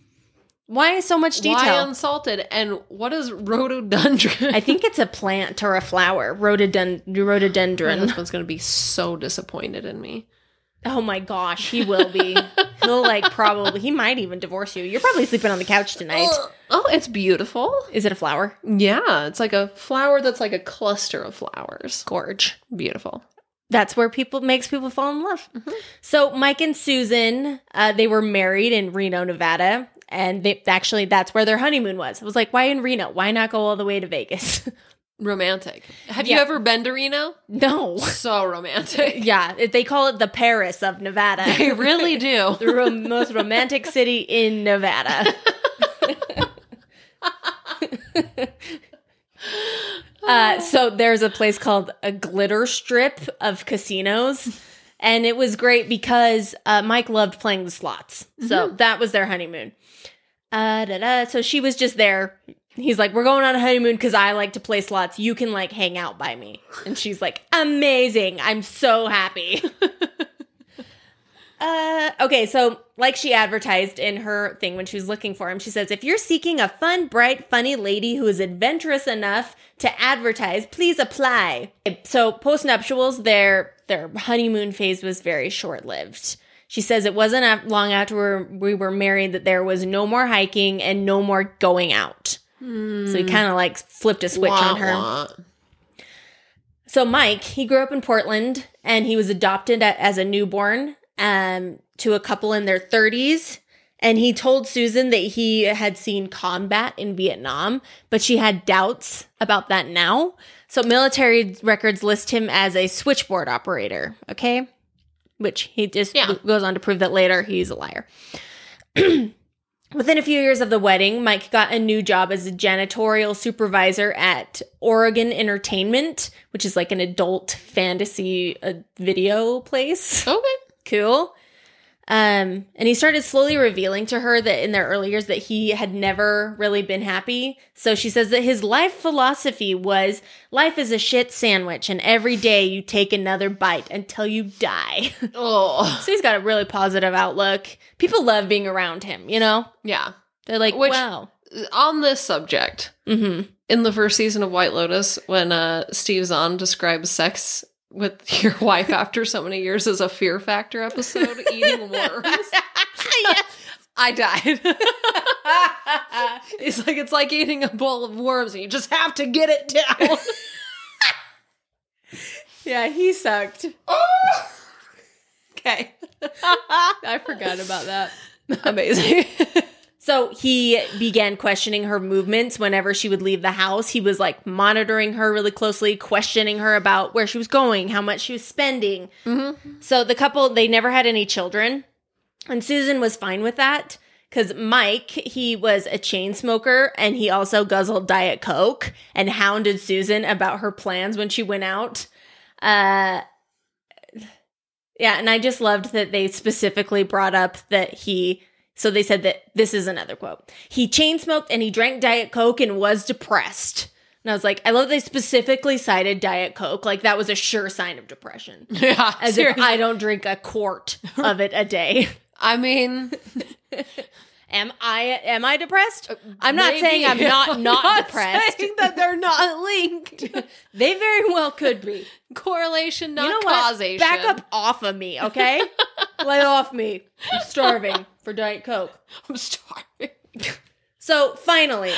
[SPEAKER 1] Why so much detail?
[SPEAKER 2] Why unsalted? And what is rhododendron?
[SPEAKER 1] I think it's a plant or a flower, rhododend- rhododendron.
[SPEAKER 2] this one's gonna be so disappointed in me.
[SPEAKER 1] Oh my gosh, he will be. He'll like probably, he might even divorce you. You're probably sleeping on the couch tonight.
[SPEAKER 2] Oh, it's beautiful.
[SPEAKER 1] Is it a flower?
[SPEAKER 2] Yeah, it's like a flower that's like a cluster of flowers. Gorge. Beautiful.
[SPEAKER 1] that's where people makes people fall in love. So Mike and Susan, uh, they were married in Reno, Nevada, and they actually that's where their honeymoon was. I was like, why in Reno? Why not go all the way to Vegas?
[SPEAKER 2] Romantic. Have you
[SPEAKER 1] Yeah.
[SPEAKER 2] ever been to Reno?
[SPEAKER 1] no,
[SPEAKER 2] So romantic.
[SPEAKER 1] yeah, it- they call it the Paris of Nevada,
[SPEAKER 2] They really do.
[SPEAKER 1] the ro- most romantic city in Nevada. Uh, so there's a place called a glitter strip of casinos. And it was great because uh, Mike loved playing the slots. So that was their honeymoon. Uh, da, da. So she was just there. He's like, We're going on a honeymoon because I like to play slots. You can like hang out by me. And she's like, Amazing. I'm so happy. Uh, okay, so like she advertised in her thing when she was looking for him, she says, If you're seeking a fun, bright, funny lady who is adventurous enough to advertise, please apply. So post nuptials, their their honeymoon phase was very short lived. She says it wasn't af- long after we were- we were married that there was no more hiking and no more going out. So he kind of like flipped a switch on her. So Mike, he grew up in Portland and he was adopted a- as a newborn um, to a couple in their 30s. And he told Susan that he had seen combat in Vietnam, but she had doubts about that now. So military records list him as a switchboard operator, okay? Which he just
[SPEAKER 2] Yeah.
[SPEAKER 1] goes on to prove that later he's a liar. Within a few years of the wedding, Mike got a new job as a janitorial supervisor at Oregon Entertainment, which is like an adult fantasy uh, video place.
[SPEAKER 2] Okay.
[SPEAKER 1] Cool. Um, and he started slowly revealing to her that in their early years that he had never really been happy. So she says that his life philosophy was life is a shit sandwich, and every day you take another bite until you die.
[SPEAKER 2] Oh.
[SPEAKER 1] so he's got a really positive outlook. People love being around him, you know?
[SPEAKER 2] Yeah.
[SPEAKER 1] They're like,
[SPEAKER 2] Which-
[SPEAKER 1] wow.
[SPEAKER 2] On this subject,
[SPEAKER 1] Mm-hmm.
[SPEAKER 2] in the first season of White Lotus, when uh, Steve Zahn describes sex with your wife after so many years as a fear factor episode, eating worms, I died. it's like it's like eating a bowl of worms, and you just have to get it down.
[SPEAKER 1] yeah, he sucked.
[SPEAKER 2] okay,
[SPEAKER 1] I forgot about that.
[SPEAKER 2] amazing.
[SPEAKER 1] So he began questioning her movements whenever she would leave the house. He was like monitoring her really closely, questioning her about where she was going, how much she was spending. So the couple, they never had any children. And Susan was fine with that because Mike, he was a chain smoker and he also guzzled Diet Coke and hounded Susan about her plans when she went out. Uh, yeah, and I just loved that they specifically brought up that he So they said that this is another quote. He chain smoked and he drank Diet Coke and was depressed. And I was like, I love they specifically cited Diet Coke. Like that was a sure sign of depression.
[SPEAKER 2] Yeah.
[SPEAKER 1] As if I don't drink a quart of it a day.
[SPEAKER 2] I mean,
[SPEAKER 1] Am I am I depressed? I'm not
[SPEAKER 2] Uh, maybe-
[SPEAKER 1] saying I'm not
[SPEAKER 2] I'm
[SPEAKER 1] not, depressed.
[SPEAKER 2] saying that they're not linked.
[SPEAKER 1] They very well could be.
[SPEAKER 2] Correlation, not
[SPEAKER 1] you know
[SPEAKER 2] causation.
[SPEAKER 1] what? Back up off of me, okay? Lay off me. I'm starving for Diet Coke.
[SPEAKER 2] I'm starving.
[SPEAKER 1] So finally,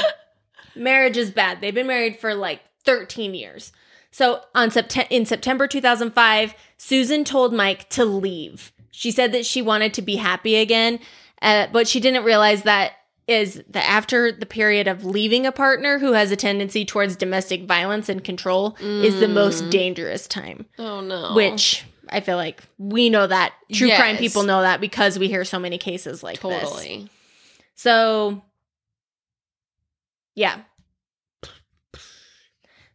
[SPEAKER 1] marriage is bad. They've been married for like 13 years. So on September in September 2005, Susan told Mike to leave. She said that she wanted to be happy again, uh, but she didn't realize that is that after the period of leaving a partner who has a tendency towards domestic violence and control is the most dangerous time
[SPEAKER 2] Oh no.
[SPEAKER 1] which I feel like we know that true
[SPEAKER 2] Yes.
[SPEAKER 1] crime people know that because we hear so many cases like this.
[SPEAKER 2] totally.
[SPEAKER 1] So, yeah.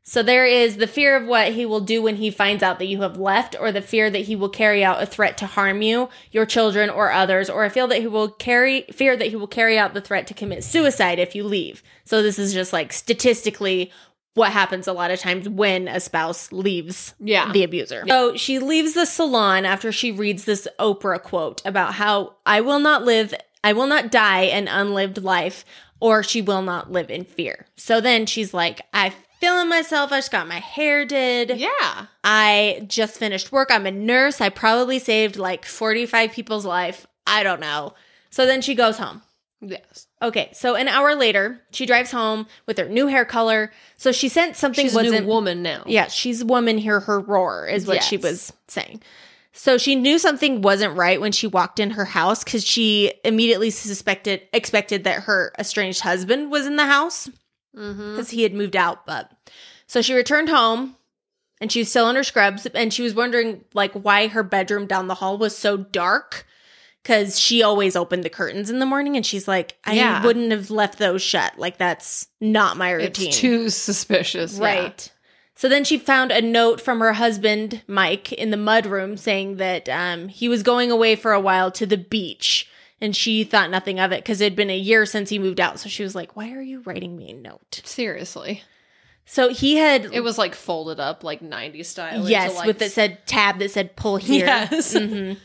[SPEAKER 1] So there is the fear of what he will do when he finds out that you have left, or the fear that he will carry out a threat to harm you, your children, or others, or I feel that he will carry fear that he will carry out the threat to commit suicide if you leave. So this is just like statistically what happens a lot of times when a spouse leaves
[SPEAKER 2] Yeah.
[SPEAKER 1] the abuser. So she leaves the salon after she reads this Oprah quote about how I will not live, I will not die an unlived life, or she will not live in fear. So then she's like, I feeling myself, I just got my hair did.
[SPEAKER 2] yeah.
[SPEAKER 1] I just finished work. I'm a nurse. I probably saved like 45 people's life. I don't know. So then she goes home.
[SPEAKER 2] Yes.
[SPEAKER 1] Okay, so an hour later, she drives home with her new hair color. So she sent something
[SPEAKER 2] She's a
[SPEAKER 1] wasn't
[SPEAKER 2] new woman now.
[SPEAKER 1] yeah, she's a woman. Hear her roar is what she
[SPEAKER 2] Yes.
[SPEAKER 1] was saying. So she knew something wasn't right when she walked in her house because she immediately suspected expected that her estranged husband was in the house
[SPEAKER 2] Mm-hmm.
[SPEAKER 1] because he had moved out. But so she returned home and she was still in her scrubs and she was wondering like why her bedroom down the hall was so dark because she always opened the curtains in the morning and she's like I
[SPEAKER 2] Yeah.
[SPEAKER 1] wouldn't have left those shut like that's not my routine.
[SPEAKER 2] It's too suspicious. yeah.
[SPEAKER 1] Right. So then she found a note from her husband, Mike, in the mudroom saying that um, he was going away for a while to the beach. And she thought nothing of it because it had been a year since he moved out. So she was like, Why are you writing me a note?
[SPEAKER 2] Seriously.
[SPEAKER 1] So he had,
[SPEAKER 2] It was like folded up, like 90s style. into,
[SPEAKER 1] yes,
[SPEAKER 2] like,
[SPEAKER 1] with it said tab that said pull here.
[SPEAKER 2] Yes.
[SPEAKER 1] Mhm.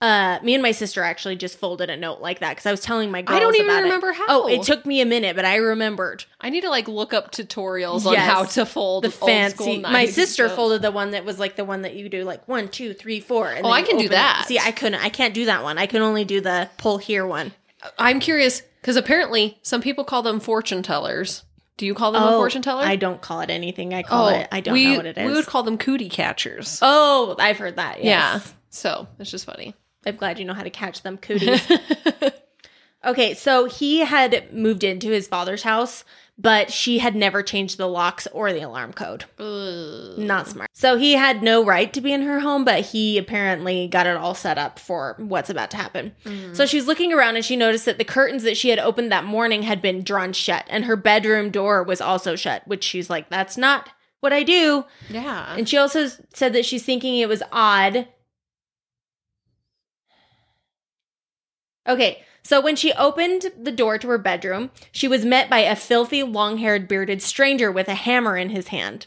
[SPEAKER 1] Uh, me and my sister actually just folded a note like that because I was telling my girls.
[SPEAKER 2] I don't even
[SPEAKER 1] about it.
[SPEAKER 2] remember how.
[SPEAKER 1] Oh, it took me a minute, but I remembered.
[SPEAKER 2] I need to like look up tutorials on
[SPEAKER 1] Yes.
[SPEAKER 2] how to fold
[SPEAKER 1] the
[SPEAKER 2] old school
[SPEAKER 1] fancy. My
[SPEAKER 2] 90s
[SPEAKER 1] sister
[SPEAKER 2] stuff.
[SPEAKER 1] folded the one that was like the one that you do like one, two, three, four. And
[SPEAKER 2] Oh,
[SPEAKER 1] then
[SPEAKER 2] I
[SPEAKER 1] you
[SPEAKER 2] can do
[SPEAKER 1] open it.
[SPEAKER 2] that.
[SPEAKER 1] See, I couldn't. I can't do that one. I can only do the pull here one.
[SPEAKER 2] I'm curious because apparently some people call them fortune tellers. Do you call them a fortune teller?
[SPEAKER 1] Oh,
[SPEAKER 2] Oh,
[SPEAKER 1] I don't call it anything. I call it. I don't
[SPEAKER 2] we,
[SPEAKER 1] know what it is.
[SPEAKER 2] We would call them cootie catchers.
[SPEAKER 1] oh, I've heard that.
[SPEAKER 2] yeah.
[SPEAKER 1] Yes.
[SPEAKER 2] So it's just funny.
[SPEAKER 1] I'm glad you know how to catch them cooties. okay, so he had moved into his father's house, but she had never changed the locks or the alarm code.
[SPEAKER 2] Ugh.
[SPEAKER 1] Not smart. So he had no right to be in her home, but he apparently got it all set up for what's about to happen. So she's looking around and she noticed that the curtains that she had opened that morning had been drawn shut and her bedroom door was also shut, which she's like, that's not what I do.
[SPEAKER 2] Yeah.
[SPEAKER 1] And she also s- said that she's thinking it was odd. Okay, so when she opened the door to her bedroom, she was met by a filthy, long haired, bearded stranger with a hammer in his hand.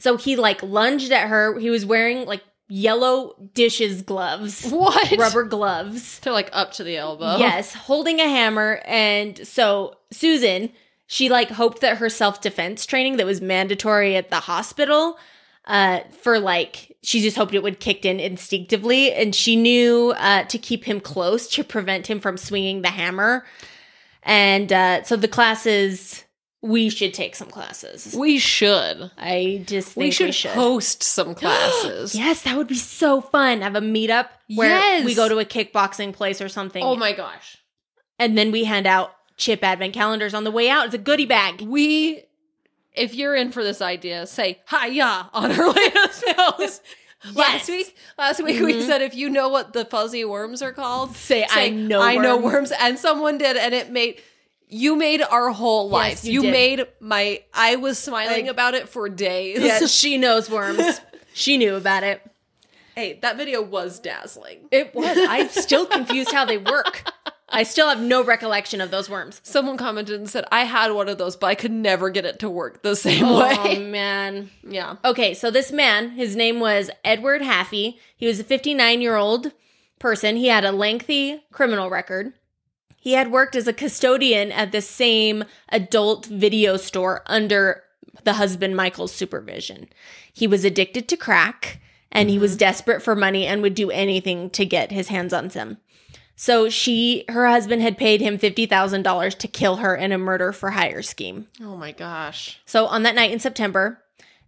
[SPEAKER 1] So he like lunged at her. He was wearing like yellow dishes gloves,
[SPEAKER 2] what?
[SPEAKER 1] rubber gloves.
[SPEAKER 2] They're like up to the elbow.
[SPEAKER 1] Yes, holding a hammer. And so Susan, she like hoped that her self defense training that was mandatory at the hospital uh, for like, she just hoped it would kicked in instinctively. And she knew uh, to keep him close to prevent him from swinging the hammer. And uh, so the classes, we should take some classes.
[SPEAKER 2] We should.
[SPEAKER 1] I just think
[SPEAKER 2] We should, host some classes.
[SPEAKER 1] Yes, that would be so fun. Have a meetup where
[SPEAKER 2] Yes.
[SPEAKER 1] we go to a kickboxing place or something
[SPEAKER 2] Oh my gosh.
[SPEAKER 1] and then we hand out chip advent calendars on the way out. It's a goodie bag.
[SPEAKER 2] We, if you're in for this idea, say hiya on our Orlando's house.
[SPEAKER 1] Yes.
[SPEAKER 2] Last week, last week we said if you know what the fuzzy worms are called,
[SPEAKER 1] Say, "I know
[SPEAKER 2] Mm-hmm. I know
[SPEAKER 1] worms."
[SPEAKER 2] worms, and someone did, and it made you made our whole lives.
[SPEAKER 1] you
[SPEAKER 2] you
[SPEAKER 1] did.
[SPEAKER 2] made my I was smiling about it for days.
[SPEAKER 1] she knows worms. she knew about it.
[SPEAKER 2] hey, that video was dazzling.
[SPEAKER 1] It was. I'm still confused how they work. I still have no recollection of those worms.
[SPEAKER 2] Someone commented and said, I had one of those, but I could never get it to work the same
[SPEAKER 1] Oh
[SPEAKER 2] way.
[SPEAKER 1] man.
[SPEAKER 2] Um, Yeah.
[SPEAKER 1] Okay, so this man, his name was Edward Haffey. He was a 59 year old person. He had a lengthy criminal record. He had worked as a custodian at the same adult video store under the husband Michael's supervision. He was addicted to crack and he was desperate for money and would do anything to get his hands on some. So she her husband had paid him $50,000 to kill her in a murder for hire scheme.
[SPEAKER 2] Oh my gosh.
[SPEAKER 1] So on that night in September,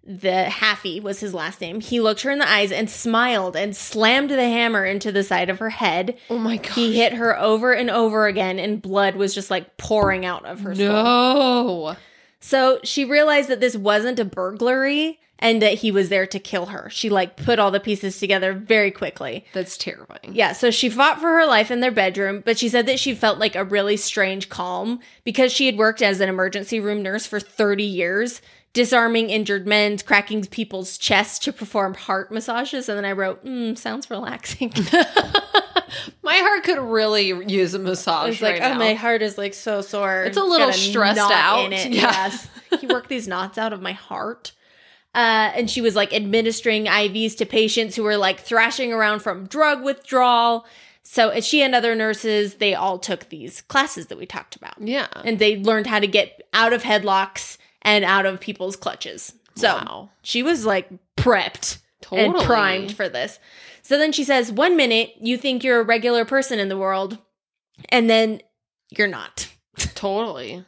[SPEAKER 1] the Haffy was his last name. He looked her in the eyes and smiled and slammed the hammer into the side of her head.
[SPEAKER 2] Oh my gosh.
[SPEAKER 1] He hit her over and over again, and blood was just like pouring out of her skull.
[SPEAKER 2] No.
[SPEAKER 1] So she realized that this wasn't a burglary and that he was there to kill her. She like put all the pieces together very quickly.
[SPEAKER 2] That's terrifying.
[SPEAKER 1] Yeah, so she fought for her life in their bedroom, but she said that she felt like a really strange calm because she had worked as an emergency room nurse for 30 years, disarming injured men, cracking people's chests to perform heart massages. And then I wrote, mm, sounds relaxing.
[SPEAKER 2] My heart could really use a massage
[SPEAKER 1] It's like,
[SPEAKER 2] right
[SPEAKER 1] oh,
[SPEAKER 2] now.
[SPEAKER 1] my heart is like so sore.
[SPEAKER 2] It's a little
[SPEAKER 1] Got
[SPEAKER 2] stressed
[SPEAKER 1] knot
[SPEAKER 2] out.
[SPEAKER 1] In it.
[SPEAKER 2] Yeah.
[SPEAKER 1] Yes, he worked these knots out of my heart. Uh, and she was like administering IVs to patients who were like thrashing around from drug withdrawal. So and she and other nurses, they all took these classes that we talked about,
[SPEAKER 2] yeah.
[SPEAKER 1] and they learned how to get out of headlocks and out of people's clutches. So
[SPEAKER 2] Wow.
[SPEAKER 1] she was like prepped and
[SPEAKER 2] Totally.
[SPEAKER 1] primed for this. So then she says, one minute you think you're a regular person in the world, and then you're not.
[SPEAKER 2] Totally.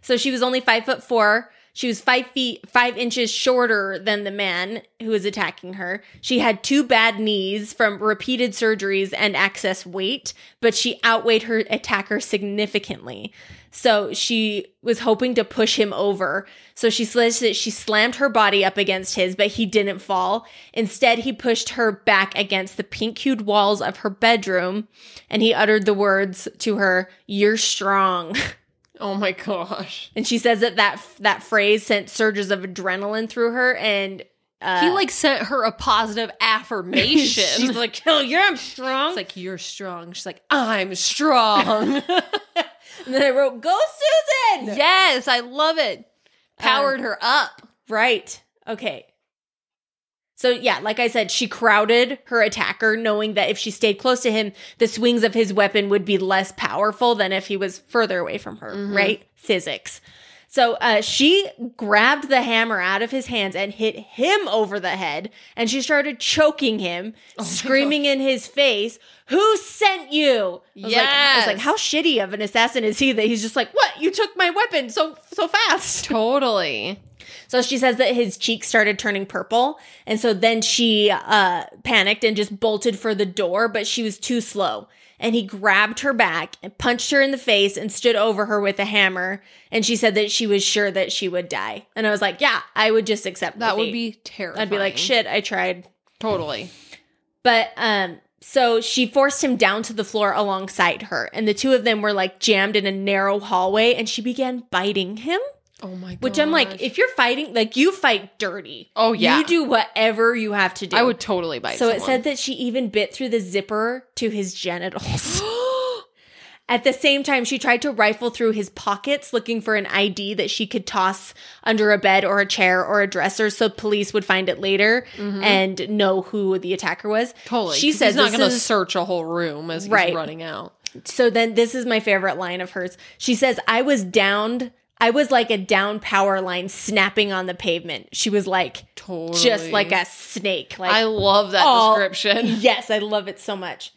[SPEAKER 1] So she was only five foot four. She was five feet five inches shorter than the man who was attacking her. She had two bad knees from repeated surgeries and excess weight, but she outweighed her attacker significantly. So she was hoping to push him over. So she says that she slammed her body up against his, but he didn't fall. Instead, he pushed her back against the pink hued walls of her bedroom, and he uttered the words to her, "You're strong."
[SPEAKER 2] Oh my gosh.
[SPEAKER 1] And she says that that that phrase sent surges of adrenaline through her, and uh,
[SPEAKER 2] he like sent her a positive affirmation.
[SPEAKER 1] she's like, "Hell, you're strong."
[SPEAKER 2] It's like you're strong. She's like, I'm strong.
[SPEAKER 1] and then I wrote, "Go, Susan."
[SPEAKER 2] yes, I love it. Powered her up.
[SPEAKER 1] Right. Okay. So yeah, like I said, she crowded her attacker, knowing that if she stayed close to him, the swings of his weapon would be less powerful than if he was further away from her. Right? Physics. So uh, she grabbed the hammer out of his hands and hit him over the head, and she started choking him, screaming in his face, "Who sent you?" I was like, I was like,
[SPEAKER 2] Yes.
[SPEAKER 1] how shitty of an assassin is he that he's just like, "What? You took my weapon so so fast."
[SPEAKER 2] Totally.
[SPEAKER 1] So she says that his cheeks started turning purple. And so then she uh, panicked and just bolted for the door, but she was too slow. And he grabbed her back and punched her in the face and stood over her with a hammer. And she said that she was sure that she would die. And I was like, yeah, I would just accept
[SPEAKER 2] That would
[SPEAKER 1] defeat.
[SPEAKER 2] be terrible.
[SPEAKER 1] I'd be like, shit, I tried.
[SPEAKER 2] Totally.
[SPEAKER 1] But um so she forced him down to the floor alongside her and the two of them were like jammed in a narrow hallway and she began biting him.
[SPEAKER 2] Oh my god.
[SPEAKER 1] Which I'm like, if you're fighting, like you fight dirty.
[SPEAKER 2] Oh, yeah.
[SPEAKER 1] You do whatever you have to do.
[SPEAKER 2] I would totally bite.
[SPEAKER 1] So it said that she even bit through the zipper to his genitals. At the same time, she tried to rifle through his pockets looking for an ID that she could toss under a bed or a chair or a dresser so police would find it later and know who the attacker was.
[SPEAKER 2] Mm-hmm. totally.
[SPEAKER 1] She
[SPEAKER 2] 'cause
[SPEAKER 1] says
[SPEAKER 2] he's not
[SPEAKER 1] this
[SPEAKER 2] going to
[SPEAKER 1] is-
[SPEAKER 2] search a whole room as he's
[SPEAKER 1] Right.
[SPEAKER 2] running out.
[SPEAKER 1] so then this is my favorite line of hers. She says, I was downed. I was like a down power line snapping on the pavement. She was like,
[SPEAKER 2] Totally.
[SPEAKER 1] just like a snake. Like,
[SPEAKER 2] I love that
[SPEAKER 1] all-
[SPEAKER 2] description.
[SPEAKER 1] yes, I love it so much.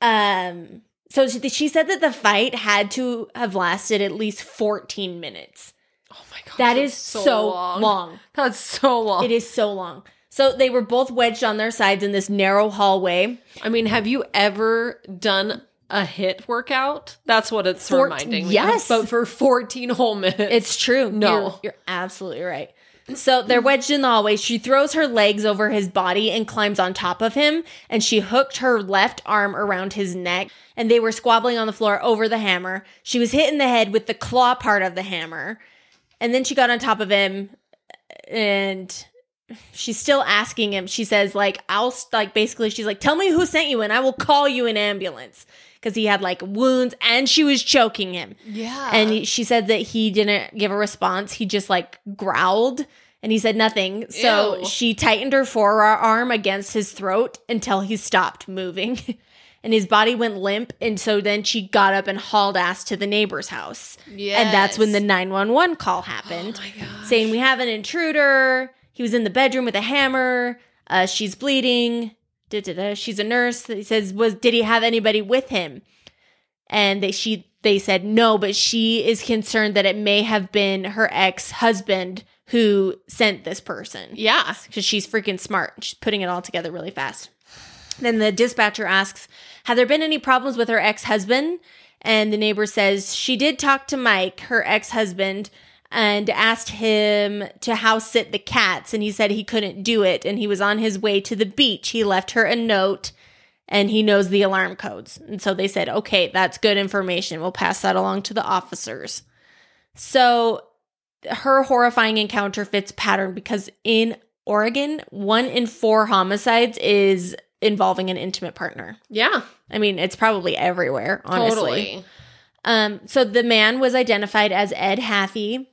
[SPEAKER 1] Um, so she, she said that the fight had to have lasted at least 14 minutes.
[SPEAKER 2] Oh my god.
[SPEAKER 1] That
[SPEAKER 2] that's
[SPEAKER 1] is so long.
[SPEAKER 2] That's so long.
[SPEAKER 1] It is so long. So they were both wedged on their sides in this narrow hallway.
[SPEAKER 2] I mean, have you ever done a hit workout? That's what it's
[SPEAKER 1] Fourt-
[SPEAKER 2] reminding me.
[SPEAKER 1] yes.
[SPEAKER 2] of, but for 14 whole minutes.
[SPEAKER 1] It's true.
[SPEAKER 2] No.
[SPEAKER 1] You're, you're absolutely right. So they're wedged in the hallway. She throws her legs over his body and climbs on top of him, and she hooked her left arm around his neck, and they were squabbling on the floor over the hammer. She was hit in the head with the claw part of the hammer, and then she got on top of him and she's still asking him. She says like I'll st- like basically she's like tell me who sent you and I will call you an ambulance because he had like wounds and she was choking him.
[SPEAKER 2] Yeah.
[SPEAKER 1] And he- she said that he didn't give a response. He just like growled and he said nothing. So
[SPEAKER 2] Ew.
[SPEAKER 1] she tightened her forearm against his throat until he stopped moving and his body went limp. And so then she got up and hauled ass to the neighbor's house. And that's when the 911 call happened
[SPEAKER 2] Oh my God.
[SPEAKER 1] saying, We have an intruder. He was in the bedroom with a hammer. Uh, she's bleeding. Da-da-da. She's a nurse. He says, "Was did he have anybody with him?" And they she they said no, but she is concerned that it may have been her ex husband who sent this person
[SPEAKER 2] Yeah.
[SPEAKER 1] because she's freaking smart. She's putting it all together really fast. Then the dispatcher asks, Have there been any problems with her ex husband? And the neighbor says, She did talk to Mike, her ex husband, and asked him to house sit the cats. And he said he couldn't do it. And he was on his way to the beach. He left her a note and he knows the alarm codes. And so they said, Okay, that's good information. We'll pass that along to the officers. So her horrifying encounter fits pattern because in Oregon, one in four homicides is involving an intimate partner.
[SPEAKER 2] Yeah.
[SPEAKER 1] I mean, it's probably everywhere, honestly.
[SPEAKER 2] Totally.
[SPEAKER 1] Um, so the man was identified as Ed Haffey,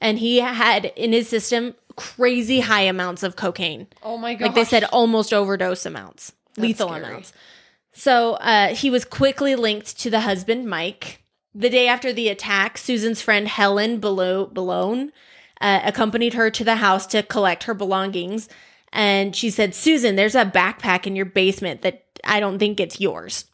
[SPEAKER 1] and he had in his system crazy high amounts of cocaine.
[SPEAKER 2] Oh my god.
[SPEAKER 1] Like they said, almost overdose amounts, lethal
[SPEAKER 2] scary.
[SPEAKER 1] amounts. So uh, he was quickly linked to the husband, Mike. The day after the attack, Susan's friend Helen Belo- Balone uh, accompanied her to the house to collect her belongings. And she said, Susan, there's a backpack in your basement that I don't think it's yours.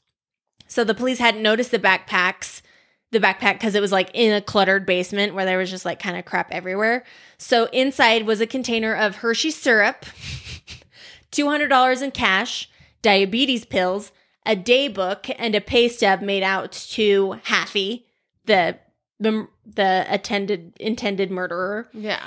[SPEAKER 1] So the police hadn't noticed the backpacks, the backpack, because it was like in a cluttered basement where there was just like kind of crap everywhere. So inside was a container of Hershey syrup, $200 in cash, diabetes pills, a day book, and a pay stub made out to Haffy, the the, the attended intended murderer
[SPEAKER 2] Yeah.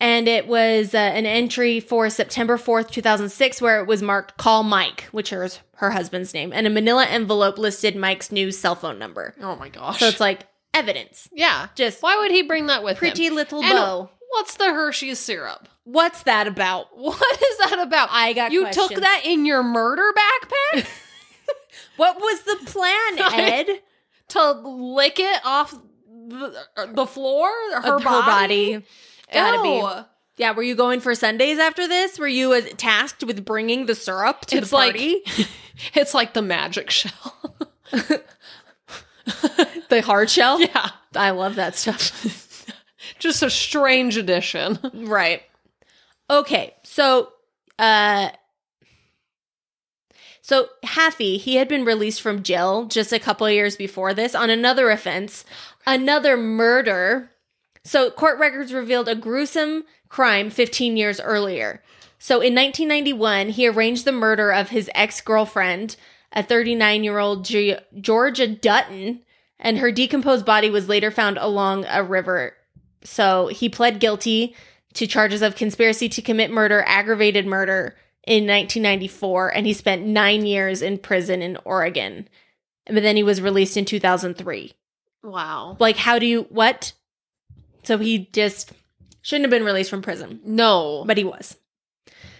[SPEAKER 1] and it was uh, an entry for September 4th, 2006, where it was marked Call Mike, which is her husband's name, and a manila envelope listed Mike's new cell phone number.
[SPEAKER 2] Oh my gosh.
[SPEAKER 1] So it's like evidence.
[SPEAKER 2] yeah.
[SPEAKER 1] Just
[SPEAKER 2] Why would he bring that with him?
[SPEAKER 1] pretty little
[SPEAKER 2] And-
[SPEAKER 1] bow.
[SPEAKER 2] What's the Hershey's syrup?
[SPEAKER 1] What's that about?
[SPEAKER 2] What is that about?
[SPEAKER 1] I got
[SPEAKER 2] you took
[SPEAKER 1] questions.
[SPEAKER 2] that in your murder backpack
[SPEAKER 1] What was the plan, Ed?
[SPEAKER 2] to lick it off the, the floor, her,
[SPEAKER 1] Of
[SPEAKER 2] body.
[SPEAKER 1] Gotta be.
[SPEAKER 2] Ew.
[SPEAKER 1] Yeah, were you going for Sundays after this? Were you uh, tasked with bringing the syrup to
[SPEAKER 2] It's
[SPEAKER 1] the
[SPEAKER 2] like-
[SPEAKER 1] party?
[SPEAKER 2] It's like the magic shell.
[SPEAKER 1] the hard shell?
[SPEAKER 2] yeah,
[SPEAKER 1] I love that stuff.
[SPEAKER 2] just a strange addition.
[SPEAKER 1] Right. Okay. So, uh, so Haffy, he had been released from jail just a couple of years before this on another offense, another murder. So, court records revealed a gruesome crime 15 years earlier. So, in 1991, he arranged the murder of his ex girlfriend, a 39 year old G- Georgia Dutton, and her decomposed body was later found along a river. So, he pled guilty to charges of conspiracy to commit murder, aggravated murder in 1994, and he spent nine years in prison in Oregon. But then he was released in 2003
[SPEAKER 2] Wow.
[SPEAKER 1] like how do you what so he just shouldn't have been released from prison
[SPEAKER 2] No.
[SPEAKER 1] but he was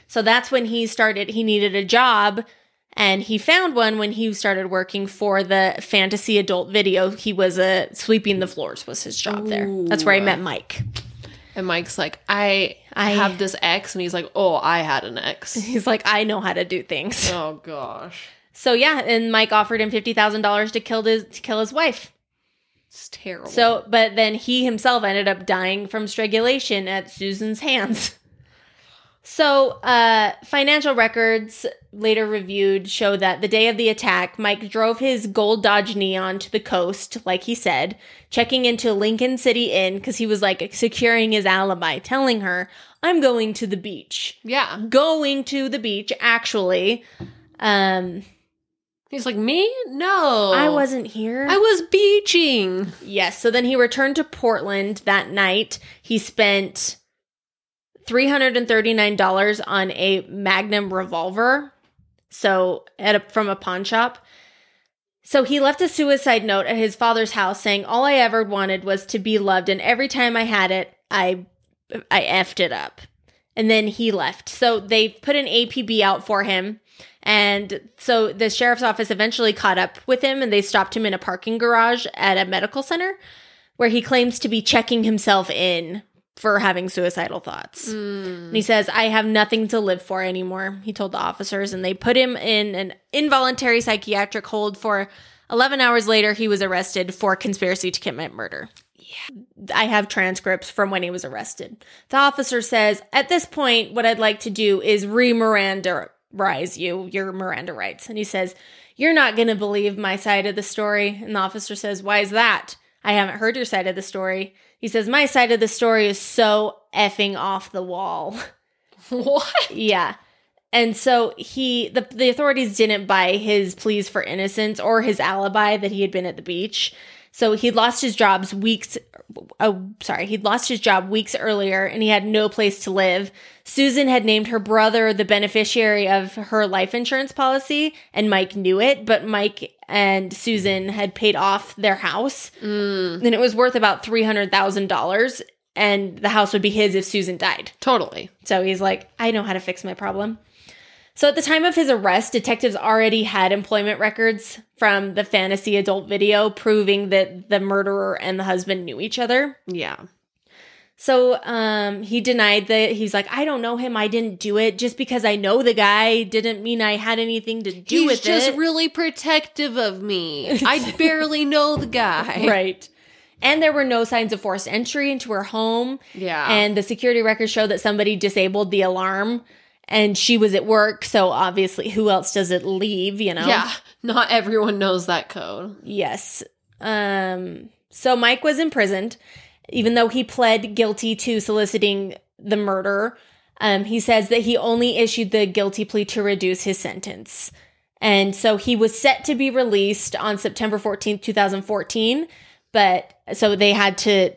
[SPEAKER 1] so that's when he started he needed a job and he found one when he started working for the fantasy adult video he was a sweeping the floors was his job there that's where i
[SPEAKER 2] Ooh.
[SPEAKER 1] met mike
[SPEAKER 2] And Mike's like, I,
[SPEAKER 1] I-
[SPEAKER 2] have this ex, and he's like, Oh, I had an ex.
[SPEAKER 1] he's like i know how to do things
[SPEAKER 2] oh gosh,
[SPEAKER 1] so yeah and mike offered him $50000 to kill his to kill his wife
[SPEAKER 2] it's terrible.
[SPEAKER 1] so but then he himself ended up dying from strangulation at susan's hands so uh financial records later reviewed show that the day of the attack mike drove his gold dodge neon to the coast like he said checking into lincoln city inn because he was like securing his alibi telling her i'm going to the beach
[SPEAKER 2] yeah,
[SPEAKER 1] going to the beach actually um
[SPEAKER 2] he's like, Me? No,
[SPEAKER 1] i wasn't here
[SPEAKER 2] I was beaching.
[SPEAKER 1] Yes. So then he returned to Portland that night. He spent $339 on a Magnum revolver. So at a, from a pawn shop. So he left a suicide note at his father's house saying, "All I ever wanted was to be loved and every time I had it, I I effed it up." and then he left. So they put an APB out for him. And so the sheriff's office eventually caught up with him and they stopped him in a parking garage at a medical center where he claims to be checking himself in for having suicidal thoughts. And he says, I have nothing to live for anymore, he told the officers. And they put him in an involuntary psychiatric hold for 11 hours later. He was arrested for conspiracy to commit murder. I have transcripts from when he was arrested. The officer says, At this point, what I'd like to do is re Miranda rise you, your Miranda rights. And he says, You're not going to believe my side of the story. And the officer says, Why is that? I haven't heard your side of the story. He says, My side of the story is so effing off the wall.
[SPEAKER 2] What?
[SPEAKER 1] Yeah. And so he the the authorities didn't buy his pleas for innocence or his alibi that he had been at the beach. So he'd lost his jobs weeks oh sorry, he'd lost his job weeks earlier and he had no place to live. Susan had named her brother the beneficiary of her life insurance policy and Mike knew it, but Mike and Susan had paid off their house and it was worth about $300,000 and the house would be his if Susan died.
[SPEAKER 2] Totally.
[SPEAKER 1] So he's like, I know how to fix my problem. So at the time of his arrest, detectives already had employment records from the fantasy adult video proving that the murderer and the husband knew each other.
[SPEAKER 2] Yeah.
[SPEAKER 1] So um, he denied that he's like, I don't know him. I didn't do it. Just because I know the guy didn't mean I had anything to do
[SPEAKER 2] He's
[SPEAKER 1] with
[SPEAKER 2] just
[SPEAKER 1] it.
[SPEAKER 2] really protective of me. I barely know the guy.
[SPEAKER 1] right. And there were no signs of forced entry into her home.
[SPEAKER 2] Yeah.
[SPEAKER 1] And the security records show that somebody disabled the alarm and she was at work. So obviously, who else does it leave, you know?
[SPEAKER 2] yeah, not everyone knows that code.
[SPEAKER 1] Yes. Um, so Mike was imprisoned, even though he pled guilty to soliciting the murder. Um, he says that he only issued the guilty plea to reduce his sentence. And so he was set to be released on September 14th, 2014. But so they had to,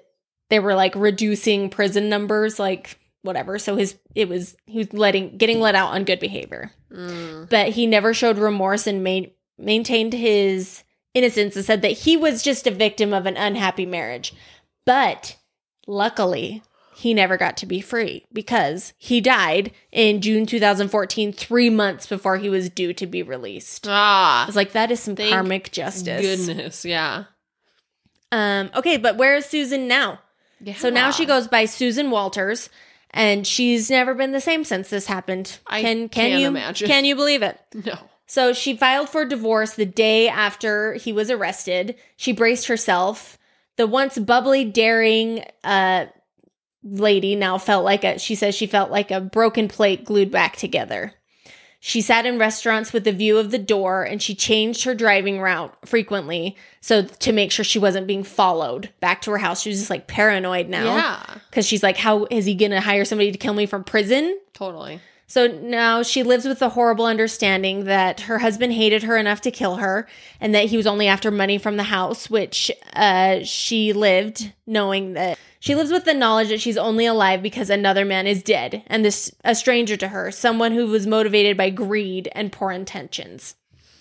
[SPEAKER 1] they were like reducing prison numbers, like whatever. So his, it was, he was letting, getting let out on good behavior
[SPEAKER 2] Mm.
[SPEAKER 1] but he never showed remorse and ma- maintained his innocence and said that he was just a victim of an unhappy marriage. But luckily, he never got to be free because he died in June 2014, three months before he was due to be released. I
[SPEAKER 2] Ah,
[SPEAKER 1] was like, that is some
[SPEAKER 2] Thank
[SPEAKER 1] karmic justice.
[SPEAKER 2] goodness, yeah.
[SPEAKER 1] Um, okay, but where is Susan now?
[SPEAKER 2] yeah.
[SPEAKER 1] So now she goes by Susan Walters, and she's never been the same since this happened.
[SPEAKER 2] I
[SPEAKER 1] can can
[SPEAKER 2] can't
[SPEAKER 1] you
[SPEAKER 2] imagine.
[SPEAKER 1] can you believe it?
[SPEAKER 2] No.
[SPEAKER 1] So she filed for divorce the day after he was arrested. She braced herself. The once bubbly, daring uh, lady now felt like a, she says she felt like a broken plate glued back together. She sat in restaurants with a view of the door and she changed her driving route frequently so to make sure she wasn't being followed back to her house. She was just like paranoid now
[SPEAKER 2] Yeah,
[SPEAKER 1] because she's like, how is he going to hire somebody to kill me from prison?
[SPEAKER 2] totally.
[SPEAKER 1] So now she lives with the horrible understanding that her husband hated her enough to kill her and that he was only after money from the house, which uh, she lived knowing that she lives with the knowledge that she's only alive because another man is dead and this a stranger to her, someone who was motivated by greed and poor intentions.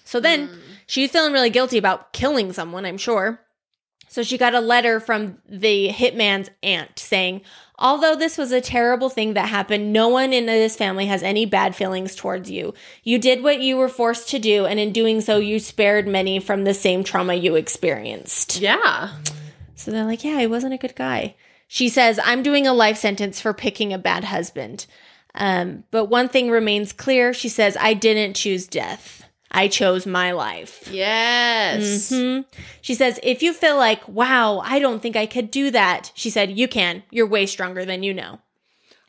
[SPEAKER 1] So then she's feeling really guilty about killing someone, I'm sure. So she got a letter from the hitman's aunt saying, Although this was a terrible thing that happened, no one in this family has any bad feelings towards you. You did what you were forced to do, and in doing so, you spared many from the same trauma you experienced.
[SPEAKER 2] Yeah.
[SPEAKER 1] So they're like, Yeah, he wasn't a good guy. She says, I'm doing a life sentence for picking a bad husband. Um, but one thing remains clear. She says, I didn't choose death, I chose my life.
[SPEAKER 2] Yes.
[SPEAKER 1] Mhm. She says, if you feel like, wow, I don't think I could do that, she said, you can. You're way stronger than you know.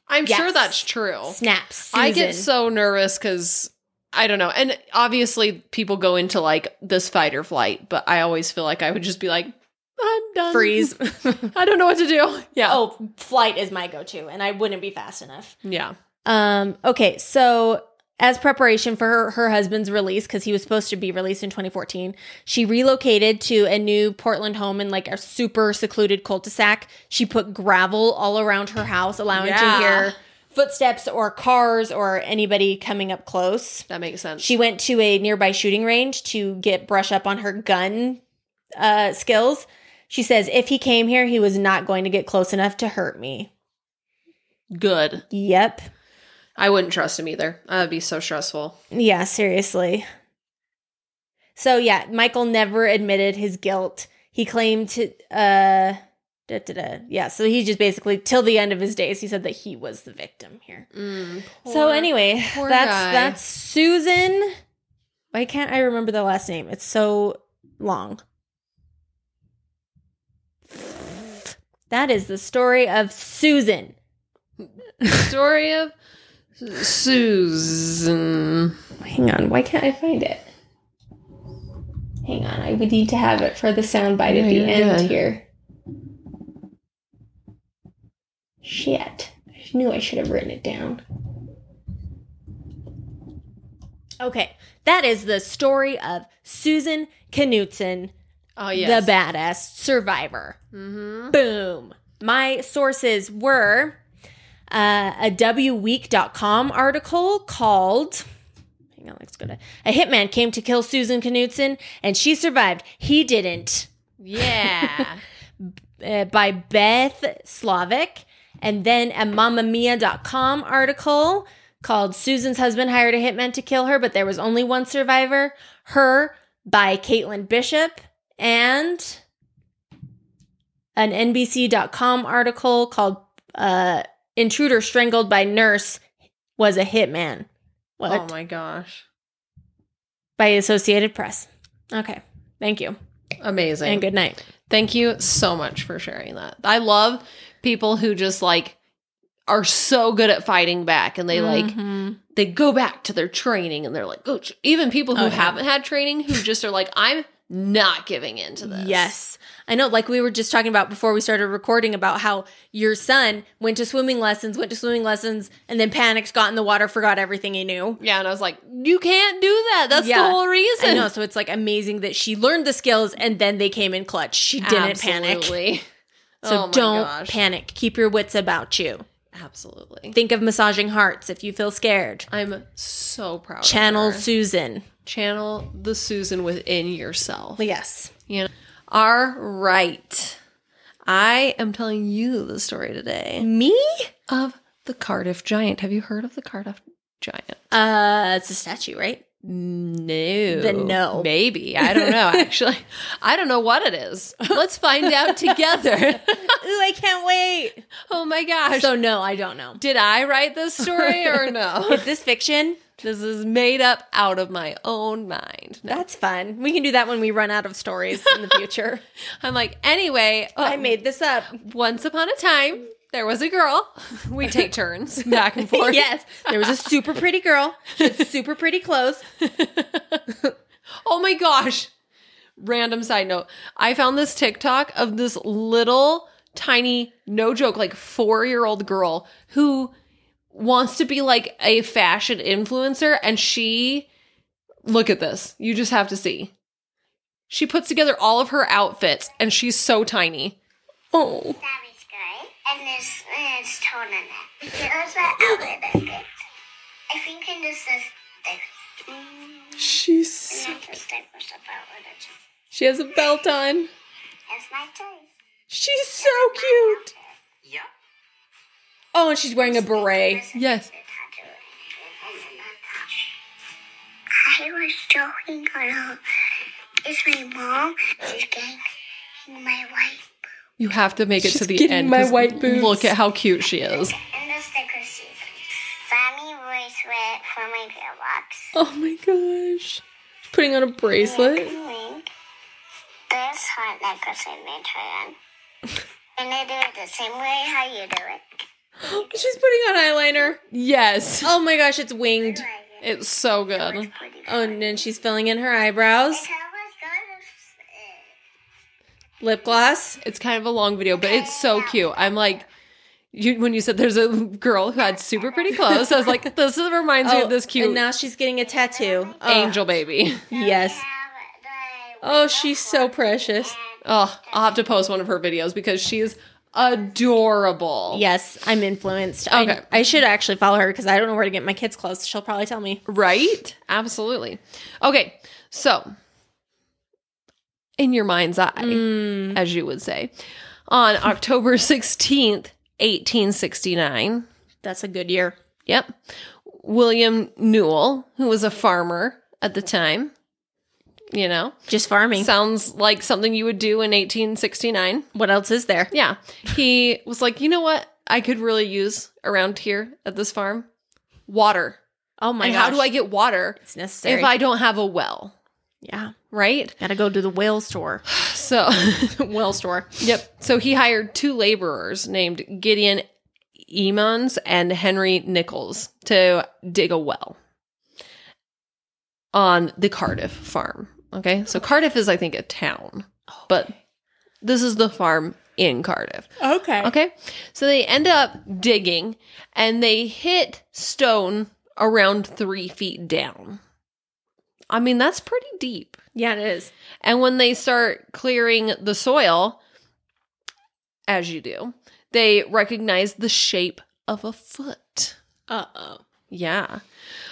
[SPEAKER 2] I'm sure
[SPEAKER 1] Yes.
[SPEAKER 2] that's true.
[SPEAKER 1] Snaps.
[SPEAKER 2] I get so nervous because I don't know. And obviously, people go into like this fight or flight, but I always feel like I would just be like, I'm done.
[SPEAKER 1] freeze.
[SPEAKER 2] I don't know what to do. Yeah.
[SPEAKER 1] oh, flight is my go to, and I wouldn't be fast enough.
[SPEAKER 2] Yeah.
[SPEAKER 1] Um, okay, so as preparation for her, her husband's release, because he was supposed to be released in 2014, she relocated to a new Portland home in like a super secluded cul-de-sac. She put gravel all around her house, allowing
[SPEAKER 2] Yeah.
[SPEAKER 1] to hear footsteps or cars or anybody coming up close.
[SPEAKER 2] That makes sense.
[SPEAKER 1] She went to a nearby shooting range to get brush up on her gun uh, skills. She says, if he came here, he was not going to get close enough to hurt me.
[SPEAKER 2] Good.
[SPEAKER 1] Yep.
[SPEAKER 2] I wouldn't trust him either. That would be so stressful.
[SPEAKER 1] Yeah, seriously. So yeah, Michael never admitted his guilt. He claimed to uh da, da, da. yeah, so he just basically till the end of his days he said that he was the victim here. so
[SPEAKER 2] Poor-
[SPEAKER 1] anyway,
[SPEAKER 2] poor
[SPEAKER 1] that's
[SPEAKER 2] guy.
[SPEAKER 1] that's Susan. Why can't I remember the last name? It's so long. That is the story of Susan.
[SPEAKER 2] story of Susan.
[SPEAKER 1] Hang on, why can't I find it? Hang on, I would need to have it for the soundbite
[SPEAKER 2] Yeah,
[SPEAKER 1] at the
[SPEAKER 2] you're
[SPEAKER 1] end
[SPEAKER 2] good.
[SPEAKER 1] here. Shit. I knew I should have written it down. Okay, that is the story of Susan Knutson,
[SPEAKER 2] Oh yes.
[SPEAKER 1] the badass survivor.
[SPEAKER 2] mm-hmm.
[SPEAKER 1] Boom. My sources were uh, a WWeek.com article called. Hang on, let's go to. A hitman came to kill Susan Knudsen, and she survived. He didn't.
[SPEAKER 2] Yeah.
[SPEAKER 1] Uh, by Beth Slavic. And then a MamaMia.com article called Susan's husband hired a hitman to kill her, but there was only one survivor. Her by Caitlin Bishop. And an NBC.com article called uh, Intruder Strangled by Nurse was a hitman. What?
[SPEAKER 2] oh my gosh.
[SPEAKER 1] By Associated Press. Okay. Thank you.
[SPEAKER 2] Amazing.
[SPEAKER 1] And good night.
[SPEAKER 2] Thank you so much for sharing that. I love people who just like are so good at fighting back and they
[SPEAKER 1] Mm-hmm.
[SPEAKER 2] like they go back to their training and they're like, oh, ch-" even people who
[SPEAKER 1] Oh, yeah.
[SPEAKER 2] haven't had training who just are like, I'm not giving in to this.
[SPEAKER 1] Yes. I know, like we were just talking about before we started recording about how your son went to swimming lessons, went to swimming lessons, and then panicked, got in the water, forgot everything he knew.
[SPEAKER 2] Yeah, and I was like, you can't do that. That's
[SPEAKER 1] Yeah.
[SPEAKER 2] the whole reason.
[SPEAKER 1] I know, so it's like amazing that she learned the skills and then they came in clutch. She didn't panic.
[SPEAKER 2] Absolutely.
[SPEAKER 1] So
[SPEAKER 2] Oh my
[SPEAKER 1] don't
[SPEAKER 2] gosh.
[SPEAKER 1] panic. Keep your wits about you.
[SPEAKER 2] Absolutely.
[SPEAKER 1] Think of massaging hearts if you feel scared.
[SPEAKER 2] I'm so proud.
[SPEAKER 1] Channel
[SPEAKER 2] of her.
[SPEAKER 1] Susan.
[SPEAKER 2] channel the Susan within yourself.
[SPEAKER 1] Yes.
[SPEAKER 2] You know. All right. I am telling you the story today
[SPEAKER 1] Me?
[SPEAKER 2] of the Cardiff Giant. Have you heard of the Cardiff Giant?
[SPEAKER 1] Uh it's a statue, right?
[SPEAKER 2] No.
[SPEAKER 1] Then no.
[SPEAKER 2] Maybe. I don't know, actually. I don't know what it is. Let's find out together.
[SPEAKER 1] Ooh, I can't wait.
[SPEAKER 2] oh my gosh.
[SPEAKER 1] So no, I don't know.
[SPEAKER 2] Did I write this story or no?
[SPEAKER 1] Is this fiction?
[SPEAKER 2] this is made up out of my own mind.
[SPEAKER 1] That's fun. We can do that when we run out of stories in the future.
[SPEAKER 2] I'm like, anyway, uh,
[SPEAKER 1] I made this up.
[SPEAKER 2] once upon a time, there was a girl. We take turns back and forth.
[SPEAKER 1] yes, there was a super pretty girl. She had super pretty clothes.
[SPEAKER 2] Oh my gosh. Random side note. I found this TikTok of this little tiny, no joke, like four year old girl who wants to be like a fashion influencer. And she, look at this. You just have to see. She puts together all of her outfits and she's so tiny.
[SPEAKER 1] Oh,
[SPEAKER 3] That is good. And there's, and it's torn in it. Here's what outlet I get. I think in this is the mm,
[SPEAKER 1] she's
[SPEAKER 3] not just type of stuff outlet. it's-
[SPEAKER 1] she has a belt on.
[SPEAKER 3] It's my choice.
[SPEAKER 1] She's so cute.
[SPEAKER 3] Yep.
[SPEAKER 1] Oh, and she's wearing a beret.
[SPEAKER 2] Yes.
[SPEAKER 3] I was joking on her. It's my mom. She's getting my wife.
[SPEAKER 2] You have to make it to
[SPEAKER 1] She's
[SPEAKER 2] the
[SPEAKER 1] getting
[SPEAKER 2] end.
[SPEAKER 1] my
[SPEAKER 2] 'cause
[SPEAKER 1] white boobs.
[SPEAKER 2] Look at how cute she is.
[SPEAKER 3] And the sticker sheet. Sammy voice went for my gearbox.
[SPEAKER 1] Oh my gosh, she's putting on a bracelet.
[SPEAKER 3] This heart necklace I made her on. And I do it the same way how you do it.
[SPEAKER 1] She's putting on eyeliner.
[SPEAKER 2] Yes.
[SPEAKER 1] Oh my gosh, it's winged.
[SPEAKER 2] It's so good.
[SPEAKER 3] Pretty
[SPEAKER 1] Oh, and then she's filling in her eyebrows,
[SPEAKER 3] uh,
[SPEAKER 1] lip gloss.
[SPEAKER 2] It's kind of a long video, but it's so cute. I'm like, you, when you said there's a girl who had super pretty clothes, I was like, this is- reminds me
[SPEAKER 1] Oh,
[SPEAKER 2] of this cute
[SPEAKER 1] And now she's getting a tattoo. Oh,
[SPEAKER 2] angel baby.
[SPEAKER 1] Yes. Oh, she's so precious.
[SPEAKER 2] Oh, I'll have to post one of her videos because she is adorable.
[SPEAKER 1] Yes, I'm influenced. I-
[SPEAKER 2] Okay.
[SPEAKER 1] I, should actually follow her because I don't know where to get my kids' clothes. She'll probably tell me.
[SPEAKER 2] Right? Absolutely. Okay. So, in your mind's eye,
[SPEAKER 1] Mm.
[SPEAKER 2] as you would say, on October 16th, 1869,
[SPEAKER 1] That's a good year.
[SPEAKER 2] Yep. William Newell, who was a farmer at the time. You know,
[SPEAKER 1] Just farming.
[SPEAKER 2] sounds like something you would do in 1869.
[SPEAKER 1] what else is there?
[SPEAKER 2] Yeah. He was like, you know what? I could really use around here at this farm water.
[SPEAKER 1] Oh my
[SPEAKER 2] and
[SPEAKER 1] gosh.
[SPEAKER 2] how do I get water
[SPEAKER 1] It's necessary.
[SPEAKER 2] if I don't have a well?
[SPEAKER 1] yeah.
[SPEAKER 2] Right?
[SPEAKER 1] Gotta go to the whale store.
[SPEAKER 2] So,
[SPEAKER 1] whale store.
[SPEAKER 2] yep. So he hired two laborers named Gideon Emons and Henry Nichols to dig a well on the Cardiff farm. Okay. So Cardiff is, I think, a town, but this is the farm in Cardiff.
[SPEAKER 1] Okay.
[SPEAKER 2] Okay. So they end up digging and they hit stone around three feet down. I mean, that's pretty deep.
[SPEAKER 1] Yeah, it is.
[SPEAKER 2] And when they start clearing the soil, as you do, they recognize the shape of a foot.
[SPEAKER 1] Uh oh.
[SPEAKER 2] Yeah.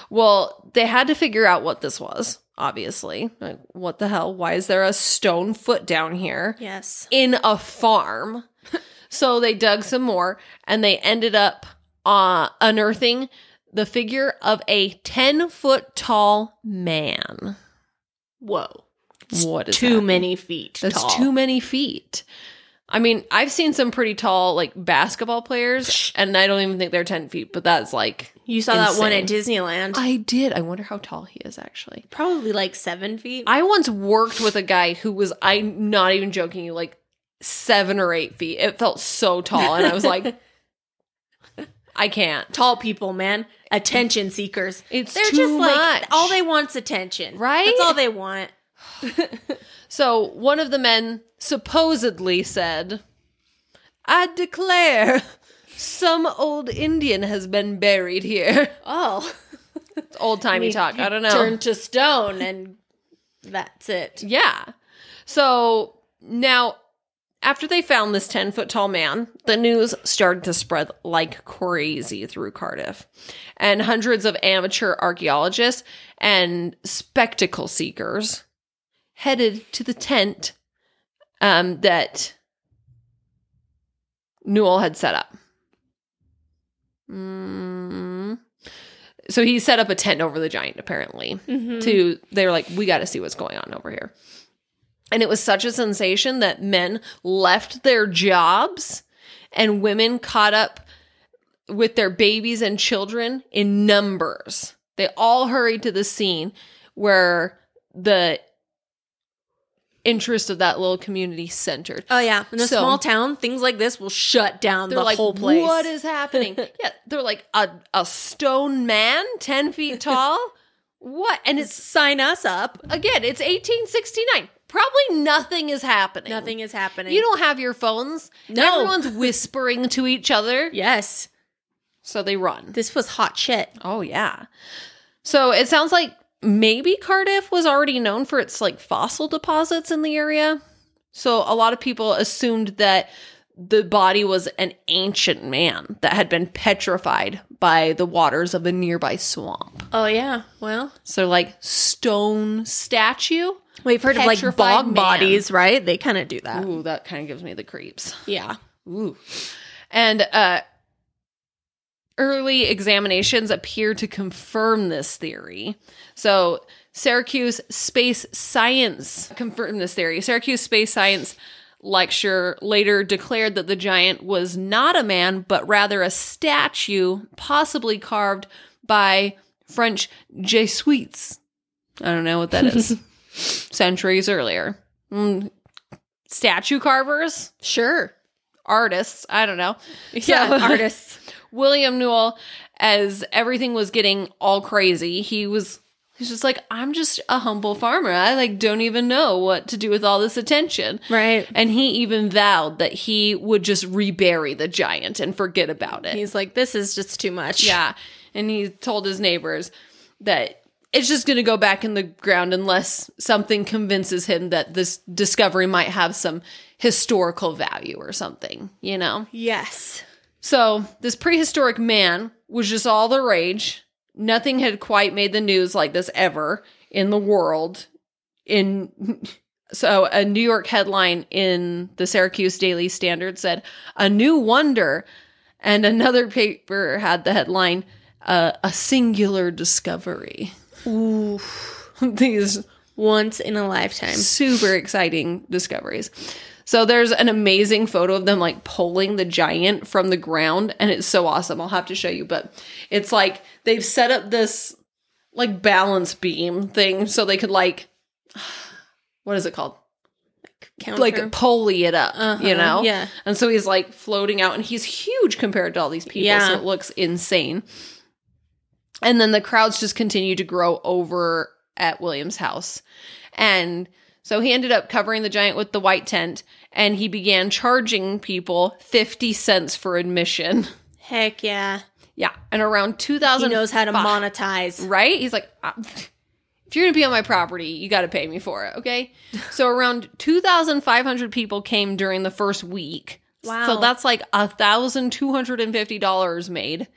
[SPEAKER 2] Well, they had to figure out what this was, obviously. Like, what the hell? Why is there a stone foot down here?
[SPEAKER 1] Yes.
[SPEAKER 2] in a farm. so they dug some more and they ended up uh, unearthing the figure of a 10 foot tall man.
[SPEAKER 1] Whoa.
[SPEAKER 2] What is
[SPEAKER 1] Too
[SPEAKER 2] that?
[SPEAKER 1] many feet.
[SPEAKER 2] That's
[SPEAKER 1] tall.
[SPEAKER 2] too many feet. I mean, I've seen some pretty tall, like basketball players, and I don't even think they're 10 feet, but that's like,
[SPEAKER 1] You saw that one at
[SPEAKER 2] Insane.
[SPEAKER 1] Disneyland.
[SPEAKER 2] I did. I wonder how tall he is actually.
[SPEAKER 1] Probably like seven feet.
[SPEAKER 2] I once worked with a guy who was, I'm not even joking you, like seven or eight feet. It felt so tall. And I was like, I can't.
[SPEAKER 1] tall people, man. Attention seekers.
[SPEAKER 2] It's
[SPEAKER 1] They're
[SPEAKER 2] too
[SPEAKER 1] just
[SPEAKER 2] much.
[SPEAKER 1] like all they want's attention.
[SPEAKER 2] Right?
[SPEAKER 1] That's all they want.
[SPEAKER 2] So one of the men supposedly said, I declare some old Indian has been buried here.
[SPEAKER 1] Oh.
[SPEAKER 2] It's old timey talk. I don't know.
[SPEAKER 1] Turn to stone and that's it.
[SPEAKER 2] Yeah. So now, after they found this 10 foot tall man, the news started to spread like crazy through Cardiff. And hundreds of amateur archaeologists and spectacle seekers headed to the tent um, that Newell had set up. Mm. So he set up a tent over the giant, apparently to they were like we got to see what's going on over here and it was such a sensation that men left their jobs and women caught up with their babies and children in numbers they all hurried to the scene where the interest of that little community centered
[SPEAKER 1] Oh yeah. In a
[SPEAKER 2] So-
[SPEAKER 1] small town, things like this will shut down
[SPEAKER 2] they're
[SPEAKER 1] the
[SPEAKER 2] like
[SPEAKER 1] whole place.
[SPEAKER 2] what is happening yeah they're like a, a stone man 10 feet tall what and it's
[SPEAKER 1] sign us up.
[SPEAKER 2] again, it's 1869. Probably nothing is happening.
[SPEAKER 1] Nothing is happening.
[SPEAKER 2] You don't have your phones.
[SPEAKER 1] No.
[SPEAKER 2] Everyone's whispering to each other.
[SPEAKER 1] Yes.
[SPEAKER 2] So they run.
[SPEAKER 1] This was hot shit.
[SPEAKER 2] Oh yeah. So it sounds like maybe Cardiff was already known for its like fossil deposits in the area. So a lot of people assumed that the body was an ancient man that had been petrified by the waters of a nearby swamp.
[SPEAKER 1] Oh yeah. Well,
[SPEAKER 2] So like stone statue.
[SPEAKER 1] we've heard of like
[SPEAKER 2] Petrified
[SPEAKER 1] bog
[SPEAKER 2] man.
[SPEAKER 1] bodies, right? They kind of do that.
[SPEAKER 2] Ooh, that kind of gives me the creeps.
[SPEAKER 1] Yeah.
[SPEAKER 2] Ooh. And uh early examinations appear to confirm this theory. So Syracuse Space Science confirmed this theory. Syracuse Space Science lecture later declared that the giant was not a man, but rather a statue, possibly carved by French Jesuits. I don't know what that is. Centuries earlier. Mm, statue carvers?
[SPEAKER 1] Sure.
[SPEAKER 2] artists. I don't know.
[SPEAKER 1] Yeah,
[SPEAKER 2] So-
[SPEAKER 1] artists.
[SPEAKER 2] William Newell, as everything was getting all crazy, he was he's just like, I'm just a humble farmer. I like don't even know what to do with all this attention.
[SPEAKER 1] Right.
[SPEAKER 2] And he even vowed that he would just rebury the giant and forget about it.
[SPEAKER 1] He's like, this is just too much.
[SPEAKER 2] Yeah. And he told his neighbors that it's just going to go back in the ground unless something convinces him that this discovery might have some historical value or something, you know?
[SPEAKER 1] Yes.
[SPEAKER 2] So, this prehistoric man was just all the rage. Nothing had quite made the news like this ever in the world. In so a New York headline in the Syracuse Daily Standard said, "A new wonder." And another paper had the headline, uh, a singular discovery.
[SPEAKER 1] Ooh,
[SPEAKER 2] These
[SPEAKER 1] once in a lifetime.
[SPEAKER 2] super exciting discoveries. So there's an amazing photo of them like pulling the giant from the ground, and it's so awesome. I'll have to show you, but it's like they've set up this like balance beam thing so they could like what is it called?
[SPEAKER 1] Counter.
[SPEAKER 2] Like pulley it up,
[SPEAKER 1] Uh-huh,
[SPEAKER 2] you know?
[SPEAKER 1] yeah.
[SPEAKER 2] And so he's like floating out, and he's huge compared to all these people, so
[SPEAKER 1] Yeah.
[SPEAKER 2] it looks insane. And then the crowds just continue to grow over at William's house. And so he ended up covering the giant with the white tent and he began charging people 50 cents for admission.
[SPEAKER 1] heck yeah.
[SPEAKER 2] Yeah. And around 2000
[SPEAKER 1] He knows how to
[SPEAKER 2] Fuck.
[SPEAKER 1] monetize.
[SPEAKER 2] Right? He's like, "Uh, if you're going to be on my property, you got to pay me for it. Okay. so around 2,500 people came during the first week.
[SPEAKER 1] Wow.
[SPEAKER 2] So that's like $1,250 made.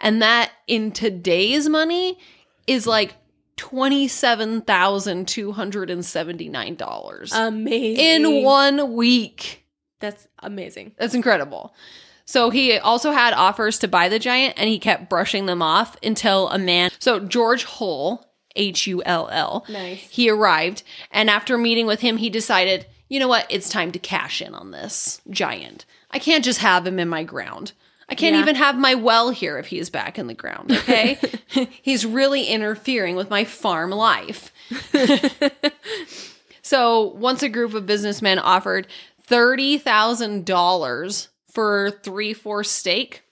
[SPEAKER 2] And that in today's money is like $27,279
[SPEAKER 1] Amazing.
[SPEAKER 2] in one week.
[SPEAKER 1] That's amazing.
[SPEAKER 2] That's incredible. So he also had offers to buy the giant and he kept brushing them off until a man, so George Hull, H U L L,
[SPEAKER 1] Nice.
[SPEAKER 2] he arrived. And after meeting with him, he decided, you know what? It's time to cash in on this giant. I can't just have him in my ground. I can't
[SPEAKER 1] Yeah.
[SPEAKER 2] even have my well here if he's back in the ground, okay? he's really interfering with my farm life. So once a group of businessmen offered thirty thousand dollars for three fourths steak,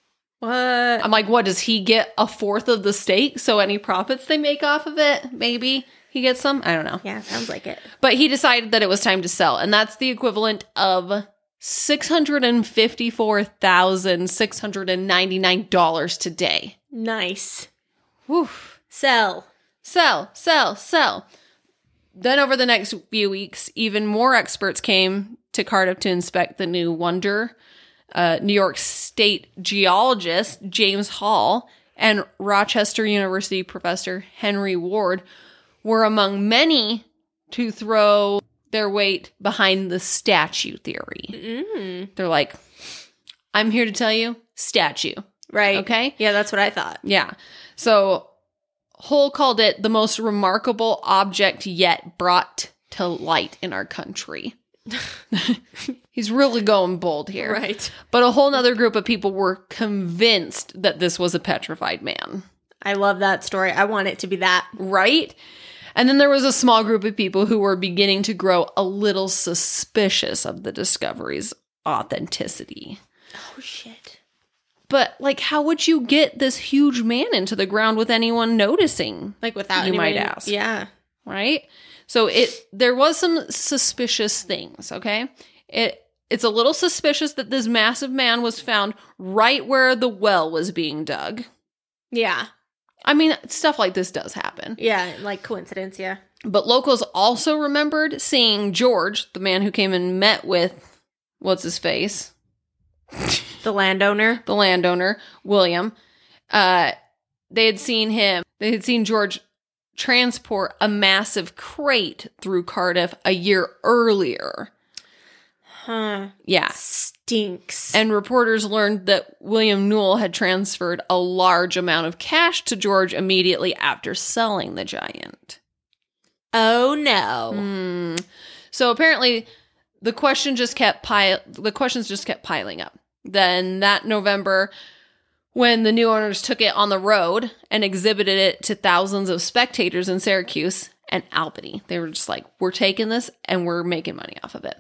[SPEAKER 1] What?
[SPEAKER 2] I'm like, what does he get? A fourth of the steak? So any profits they make off of it, maybe he gets some. I don't know.
[SPEAKER 1] Yeah, sounds like it.
[SPEAKER 2] But he decided that it was time to sell, and that's the equivalent of. Six hundred and fifty-four thousand six hundred and ninety-nine dollars today.
[SPEAKER 1] Nice.
[SPEAKER 2] Whew.
[SPEAKER 1] Sell.
[SPEAKER 2] sell, sell, sell. Then over the next few weeks, even more experts came to Cardiff to inspect the new wonder. Uh, New York State geologist James Hall and Rochester University professor Henry Ward were among many to throw their weight behind the statue theory. They're like, I'm here to tell you, statue.
[SPEAKER 1] Right.
[SPEAKER 2] Okay.
[SPEAKER 1] Yeah, that's what I thought.
[SPEAKER 2] Yeah. So Hull called it the most remarkable object yet brought to light in our country. He's really going bold here.
[SPEAKER 1] Right.
[SPEAKER 2] But a whole nother group of people were convinced that this was a petrified man.
[SPEAKER 1] I love that story. I want it to be that.
[SPEAKER 2] Right? And then there was a small group of people who were beginning to grow a little suspicious of the discovery's authenticity.
[SPEAKER 1] Oh shit.
[SPEAKER 2] But, like, how would you get this huge man into the ground with anyone noticing?
[SPEAKER 1] Like without
[SPEAKER 2] You might
[SPEAKER 1] anybody-
[SPEAKER 2] ask.
[SPEAKER 1] Yeah.
[SPEAKER 2] right? So it there was some suspicious things, okay? It it's a little suspicious that this massive man was found right where the well was being dug.
[SPEAKER 1] Yeah.
[SPEAKER 2] I mean, stuff like this does happen.
[SPEAKER 1] Yeah. Like coincidence. Yeah.
[SPEAKER 2] But locals also remembered seeing George, the man who came and met with what's his face?
[SPEAKER 1] The landowner.
[SPEAKER 2] the landowner, William, uh, they had seen him, they had seen George transport a massive crate through Cardiff a year earlier.
[SPEAKER 1] Huh.
[SPEAKER 2] Yeah.
[SPEAKER 1] Stinks.
[SPEAKER 2] And reporters learned that William Newell had transferred a large amount of cash to George immediately after selling the giant.
[SPEAKER 1] oh no.
[SPEAKER 2] Hmm. So apparently, the question just kept pile. The questions just kept piling up. Then that November, when the new owners took it on the road and exhibited it to thousands of spectators in Syracuse and Albany, they were just like, "We're taking this and we're making money off of it."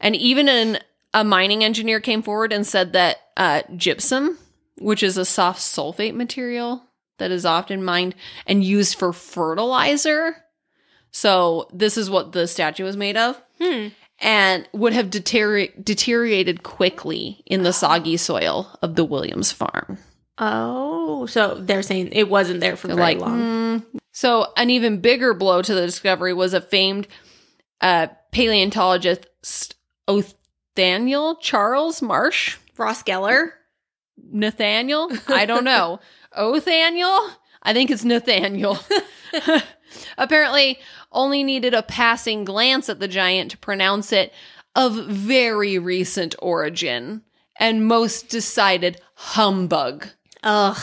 [SPEAKER 2] And even an, a mining engineer came forward and said that uh, gypsum, which is a soft sulfate material that is often mined and used for fertilizer, so this is what the statue was made of
[SPEAKER 1] Hmm.
[SPEAKER 2] and would have deteri- deteriorated quickly in the soggy soil of the Williams farm.
[SPEAKER 1] Oh, so they're saying it wasn't there for
[SPEAKER 2] They're
[SPEAKER 1] very
[SPEAKER 2] like,
[SPEAKER 1] long.
[SPEAKER 2] "Mm." So an even bigger blow to the discovery was a famed uh, paleontologist Othaniel Charles Marsh.
[SPEAKER 1] Ross Geller.
[SPEAKER 2] Nathaniel? I don't know. Othaniel? I think it's Nathaniel. Apparently, only needed a passing glance at the giant to pronounce it of very recent origin and most decided humbug.
[SPEAKER 1] Ugh.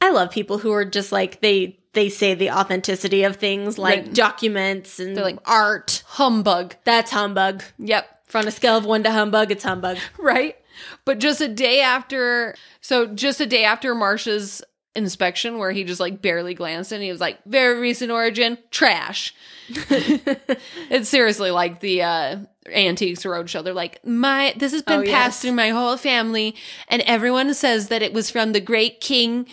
[SPEAKER 1] I love people who are just like they they say the authenticity of things like
[SPEAKER 2] Right.
[SPEAKER 1] documents and
[SPEAKER 2] They're like-
[SPEAKER 1] art.
[SPEAKER 2] Humbug.
[SPEAKER 1] That's humbug.
[SPEAKER 2] Yep.
[SPEAKER 1] From a scale of one to humbug, it's humbug.
[SPEAKER 2] Right? But just a day after, so just a day after Marsha's inspection, where he just like barely glanced and he was like, very recent origin, trash. it's seriously like the uh, Antiques Roadshow. They're like, my, this has been
[SPEAKER 1] Oh,
[SPEAKER 2] passed
[SPEAKER 1] yes.
[SPEAKER 2] through my whole family, and everyone says that it was from the great king.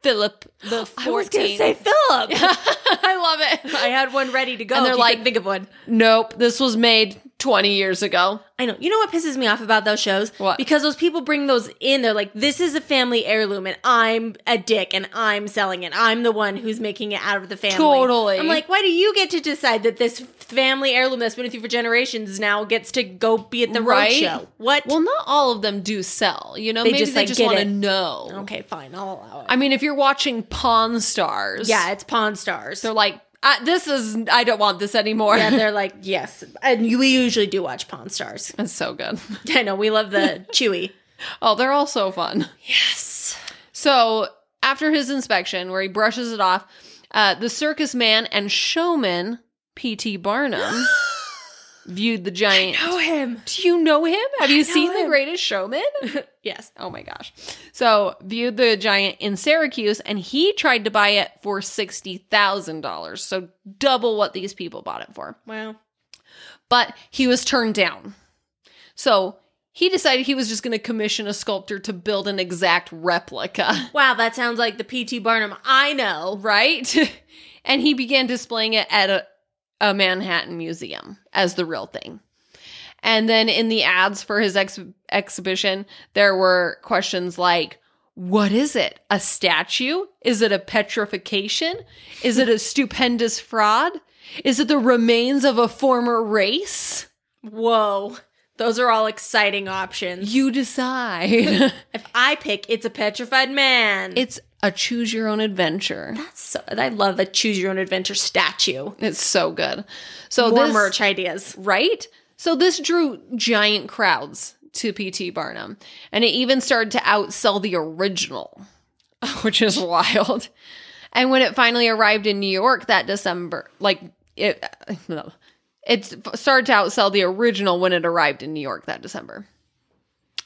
[SPEAKER 2] Philip the 14th.
[SPEAKER 1] I was gonna say Philip.
[SPEAKER 2] I love it.
[SPEAKER 1] I had one ready to go.
[SPEAKER 2] And they're
[SPEAKER 1] if you
[SPEAKER 2] like-
[SPEAKER 1] couldn't think of one.
[SPEAKER 2] nope, this was made 20 years ago.
[SPEAKER 1] I know. You know what pisses me off about those shows?
[SPEAKER 2] What?
[SPEAKER 1] Because those people bring those in. They're like, this is a family heirloom, and I'm a dick, and I'm selling it. I'm the one who's making it out of the family.
[SPEAKER 2] Totally.
[SPEAKER 1] I'm like, why do you get to decide that this family heirloom that's been with you for generations now gets to go be at the
[SPEAKER 2] Right?
[SPEAKER 1] roadshow? What?
[SPEAKER 2] Well, not all of them do sell. You know,
[SPEAKER 1] They
[SPEAKER 2] maybe
[SPEAKER 1] just,
[SPEAKER 2] they
[SPEAKER 1] like,
[SPEAKER 2] just
[SPEAKER 1] get
[SPEAKER 2] want to
[SPEAKER 1] it.
[SPEAKER 2] know.
[SPEAKER 1] okay, fine. I'll allow it.
[SPEAKER 2] I mean, if you're watching Pawn Stars,
[SPEAKER 1] yeah, it's Pawn Stars.
[SPEAKER 2] they're like, I, this is I don't want this anymore.
[SPEAKER 1] yeah, they're like, yes. And you- we usually do watch Pawn Stars.
[SPEAKER 2] That's so good.
[SPEAKER 1] I know. We love the Chewy.
[SPEAKER 2] Oh, they're all so fun.
[SPEAKER 1] Yes.
[SPEAKER 2] So after his inspection, where he brushes it off, uh, the circus man and showman P.T. Barnum viewed the giant.
[SPEAKER 1] Know him.
[SPEAKER 2] Do you know Oh, him? Have you
[SPEAKER 1] know
[SPEAKER 2] seen the
[SPEAKER 1] him.
[SPEAKER 2] Greatest Showman?
[SPEAKER 1] Yes.
[SPEAKER 2] Oh my gosh. So viewed the giant in Syracuse and he tried to buy it for $60,000. So double what these people bought it for.
[SPEAKER 1] Wow.
[SPEAKER 2] But he was turned down. So he decided he was just going to commission a sculptor to build an exact replica,
[SPEAKER 1] Wow, that sounds like the P.T. Barnum I know.
[SPEAKER 2] right? and he began displaying it at a, a Manhattan museum as the real thing. And then in the ads for his ex- exhibition, there were questions like, what is it? A statue? Is it a petrification? Is it a stupendous fraud? Is it the remains of a former race?
[SPEAKER 1] Whoa. Those are all exciting options.
[SPEAKER 2] You decide.
[SPEAKER 1] if I pick it's a petrified man.
[SPEAKER 2] it's a choose your own adventure.
[SPEAKER 1] That's so, I love a choose your own adventure statue.
[SPEAKER 2] It's so good. So
[SPEAKER 1] More
[SPEAKER 2] this
[SPEAKER 1] merch ideas.
[SPEAKER 2] right? So this drew giant crowds to PT Barnum, and it even started to outsell the original, which is wild. And when it finally arrived in New York that December, like it it started to outsell the original when it arrived in New York that December.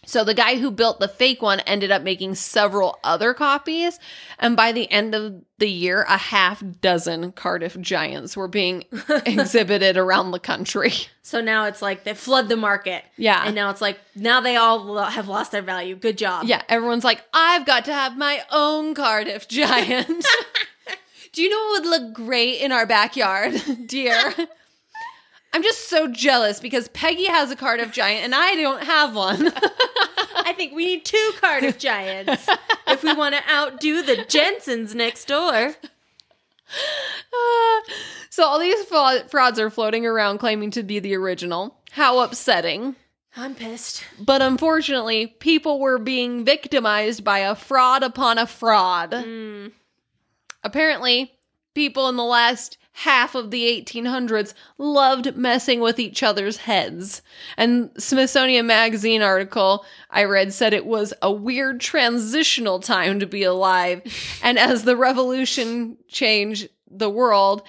[SPEAKER 2] So the guy who built the fake one ended up making several other copies, and by the end of the year, a half dozen Cardiff Giants were being exhibited around the country.
[SPEAKER 1] So now it's like they flood the market.
[SPEAKER 2] Yeah.
[SPEAKER 1] And now it's like now they all lo- have lost their value. Good job.
[SPEAKER 2] Yeah, everyone's like, I've got to have my own Cardiff Giant. Do you know what would look great in our backyard, dear? I'm just so jealous because Peggy has a Cardiff Giant and I don't have one.
[SPEAKER 1] I think we need two Cardiff Giants if we want to outdo the Jensens next door.
[SPEAKER 2] Ah. so all these fla- frauds are floating around claiming to be the original. How upsetting.
[SPEAKER 1] I'm pissed.
[SPEAKER 2] But unfortunately, people were being victimized by a fraud upon a fraud. Apparently, people in the last half of the 1800s loved messing with each other's heads. And Smithsonian Magazine article I read said it was a weird transitional time to be alive. and as the revolution changed the world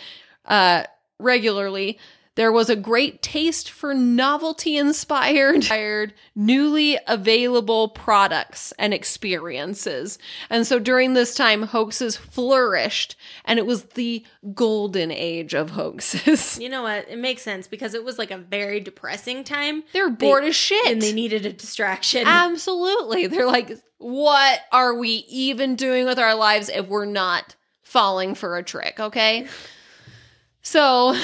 [SPEAKER 2] uh, regularly, there was a great taste for novelty inspired, newly available products and experiences. And so during this time, hoaxes flourished, and it was the golden age of hoaxes.
[SPEAKER 1] You know what? It makes sense because it was like a very depressing time.
[SPEAKER 2] They're bored
[SPEAKER 1] They-
[SPEAKER 2] as shit.
[SPEAKER 1] And they needed a distraction.
[SPEAKER 2] Absolutely. They're like, what are we even doing with our lives if we're not falling for a trick? Okay. So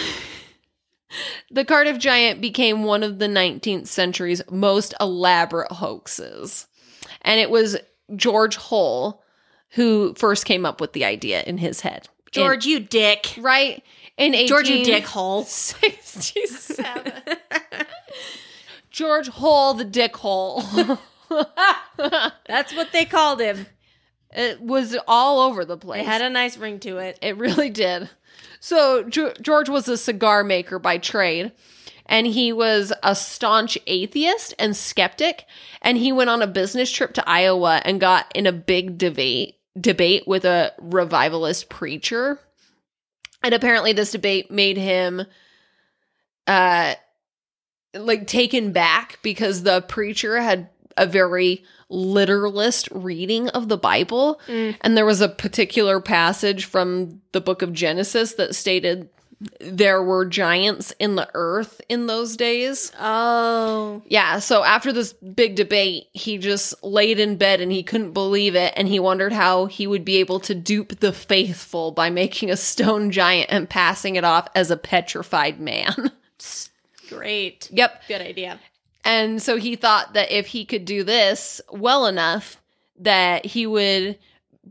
[SPEAKER 2] the Cardiff Giant became one of the 19th century's most elaborate hoaxes. And it was George Hull who first came up with the idea in his head. In-
[SPEAKER 1] George, you dick.
[SPEAKER 2] right? In 18-
[SPEAKER 1] George, you dickhole.
[SPEAKER 2] 67. George Hull, the dick hole.
[SPEAKER 1] That's what they called him.
[SPEAKER 2] It was all over the
[SPEAKER 1] It
[SPEAKER 2] place.
[SPEAKER 1] had a nice ring to it.
[SPEAKER 2] it really did. So Ge- George was a cigar maker by trade, and he was a staunch atheist and skeptic. And he went on a business trip to Iowa and got in a big debate debate with a revivalist preacher. And apparently, this debate made him uh, like taken back because the preacher had a very literalist reading of the Bible.
[SPEAKER 1] Mm.
[SPEAKER 2] And there was a particular passage from the book of Genesis that stated there were giants in the earth in those days.
[SPEAKER 1] Oh.
[SPEAKER 2] Yeah, so after this big debate, he just laid in bed and he couldn't believe it and he wondered how he would be able to dupe the faithful by making a stone giant and passing it off as a petrified man.
[SPEAKER 1] Great.
[SPEAKER 2] yep.
[SPEAKER 1] Good idea.
[SPEAKER 2] And so he thought that if he could do this well enough, that he would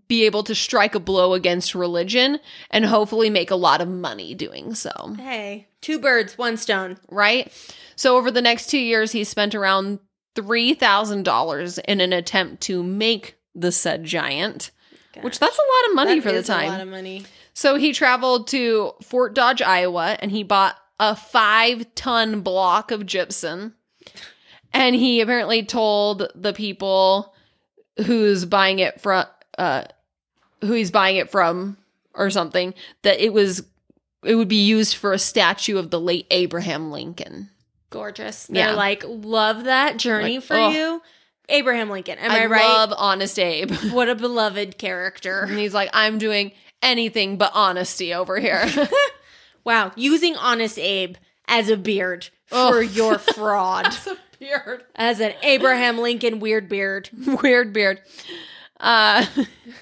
[SPEAKER 2] be able to strike a blow against religion and hopefully make a lot of money doing so.
[SPEAKER 1] Hey, two birds, one stone.
[SPEAKER 2] right? So over the next two years, he spent around three thousand dollars in an attempt to make the said giant, which that's a lot of money
[SPEAKER 1] That
[SPEAKER 2] for the
[SPEAKER 1] is A lot
[SPEAKER 2] time.
[SPEAKER 1] of money.
[SPEAKER 2] so he traveled to Fort Dodge, Iowa, and he bought a five-ton block of gypsum, and he apparently told the people who's buying it from uh, who he's buying it from or something that it was it would be used for a statue of the late Abraham Lincoln.
[SPEAKER 1] Gorgeous. They're
[SPEAKER 2] Yeah.
[SPEAKER 1] like, love that journey
[SPEAKER 2] Like,
[SPEAKER 1] for
[SPEAKER 2] oh.
[SPEAKER 1] you. Abraham Lincoln. Am
[SPEAKER 2] I,
[SPEAKER 1] I, right?
[SPEAKER 2] love Honest Abe.
[SPEAKER 1] what a beloved character.
[SPEAKER 2] and he's like, I'm doing anything but honesty over here.
[SPEAKER 1] Wow. Using Honest Abe as a beard
[SPEAKER 2] Oh.
[SPEAKER 1] for your fraud.
[SPEAKER 2] Weird.
[SPEAKER 1] as an Abraham Lincoln weird beard.
[SPEAKER 2] Weird beard. Uh,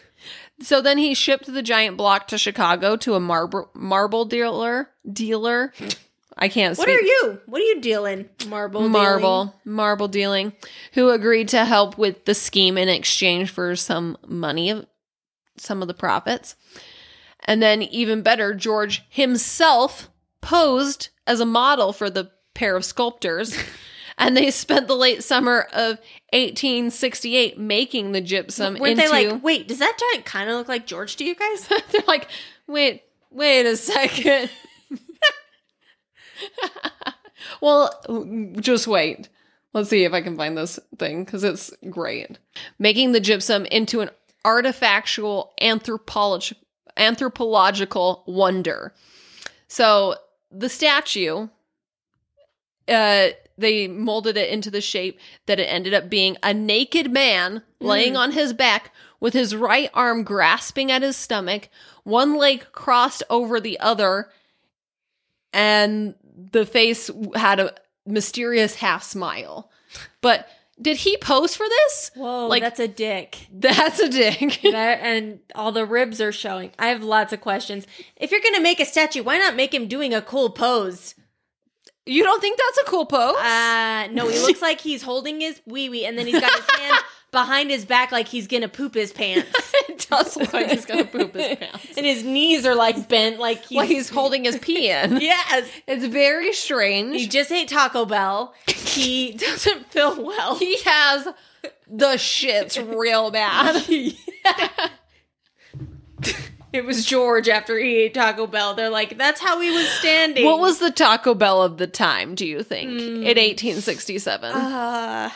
[SPEAKER 2] so then he shipped the giant block to Chicago to a marble marble dealer. Dealer. I can't
[SPEAKER 1] What
[SPEAKER 2] speak.
[SPEAKER 1] are you? What are you dealing? Marble.
[SPEAKER 2] marble marble dealing who agreed to help with the scheme in exchange for some money of some of the profits and then even better george himself posed as a model for the pair of sculptors and they spent the late summer of 1868 making the gypsum
[SPEAKER 1] Dealing? Weren't
[SPEAKER 2] into
[SPEAKER 1] they like, wait, does that giant kind of look like George to you guys?
[SPEAKER 2] they're like wait wait a second well just wait let's see if i can find this thing because it's great making the gypsum into an artifactual anthropolog- anthropological wonder so the statue uh they molded it into the shape that it ended up being a naked man laying on his back with his right arm grasping at his stomach, one leg crossed over the other, and the face had a mysterious half smile. But did he pose for this?
[SPEAKER 1] Whoa,
[SPEAKER 2] Like-
[SPEAKER 1] that's a dick.
[SPEAKER 2] That's a dick.
[SPEAKER 1] That, and all the ribs are showing. I have lots of questions. If you're gonna make a statue, why not make him doing a cool pose?
[SPEAKER 2] you don't think that's a cool pose?
[SPEAKER 1] Uh, no, he looks like he's holding his wee wee, and then he's got his hand behind his back like he's gonna poop his pants,
[SPEAKER 2] it does look like he's gonna poop his pants.
[SPEAKER 1] and his knees are like bent, like he's,
[SPEAKER 2] Like he's holding his pee in.
[SPEAKER 1] yes.
[SPEAKER 2] It's very strange.
[SPEAKER 1] He just ate Taco Bell. He doesn't feel well.
[SPEAKER 2] he has the shits real bad.
[SPEAKER 1] It was George after he ate Taco Bell. They're like, that's how he was standing.
[SPEAKER 2] What was the Taco Bell of the time, do you think? In 1867.
[SPEAKER 1] Uh,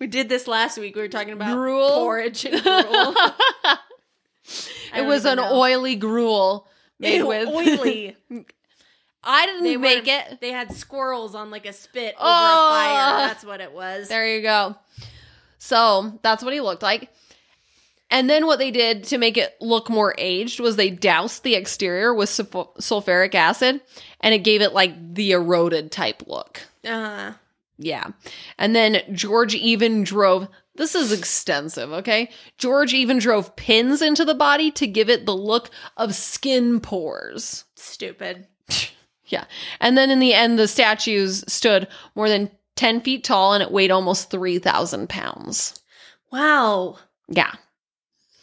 [SPEAKER 1] we did this last week. We were talking about
[SPEAKER 2] Gruel?
[SPEAKER 1] porridge and gruel. I
[SPEAKER 2] it
[SPEAKER 1] don't
[SPEAKER 2] was
[SPEAKER 1] even
[SPEAKER 2] an
[SPEAKER 1] know.
[SPEAKER 2] oily gruel made
[SPEAKER 1] Ew,
[SPEAKER 2] with
[SPEAKER 1] oily.
[SPEAKER 2] I didn't
[SPEAKER 1] They
[SPEAKER 2] make
[SPEAKER 1] were-
[SPEAKER 2] it.
[SPEAKER 1] They had squirrels on like a spit over a
[SPEAKER 2] Oh.
[SPEAKER 1] fire. That's what it was.
[SPEAKER 2] There you go. So that's what he looked like. And then what they did to make it look more aged was they doused the exterior with sulf- sulfuric acid and it gave it like the eroded type look.
[SPEAKER 1] Uh,
[SPEAKER 2] Yeah. And then George even drove this is extensive, okay? George even drove pins into the body to give it the look of skin pores.
[SPEAKER 1] stupid.
[SPEAKER 2] Yeah. And then in the end, the statues stood more than 10 feet tall and it weighed almost 3,000 pounds.
[SPEAKER 1] Wow.
[SPEAKER 2] Yeah.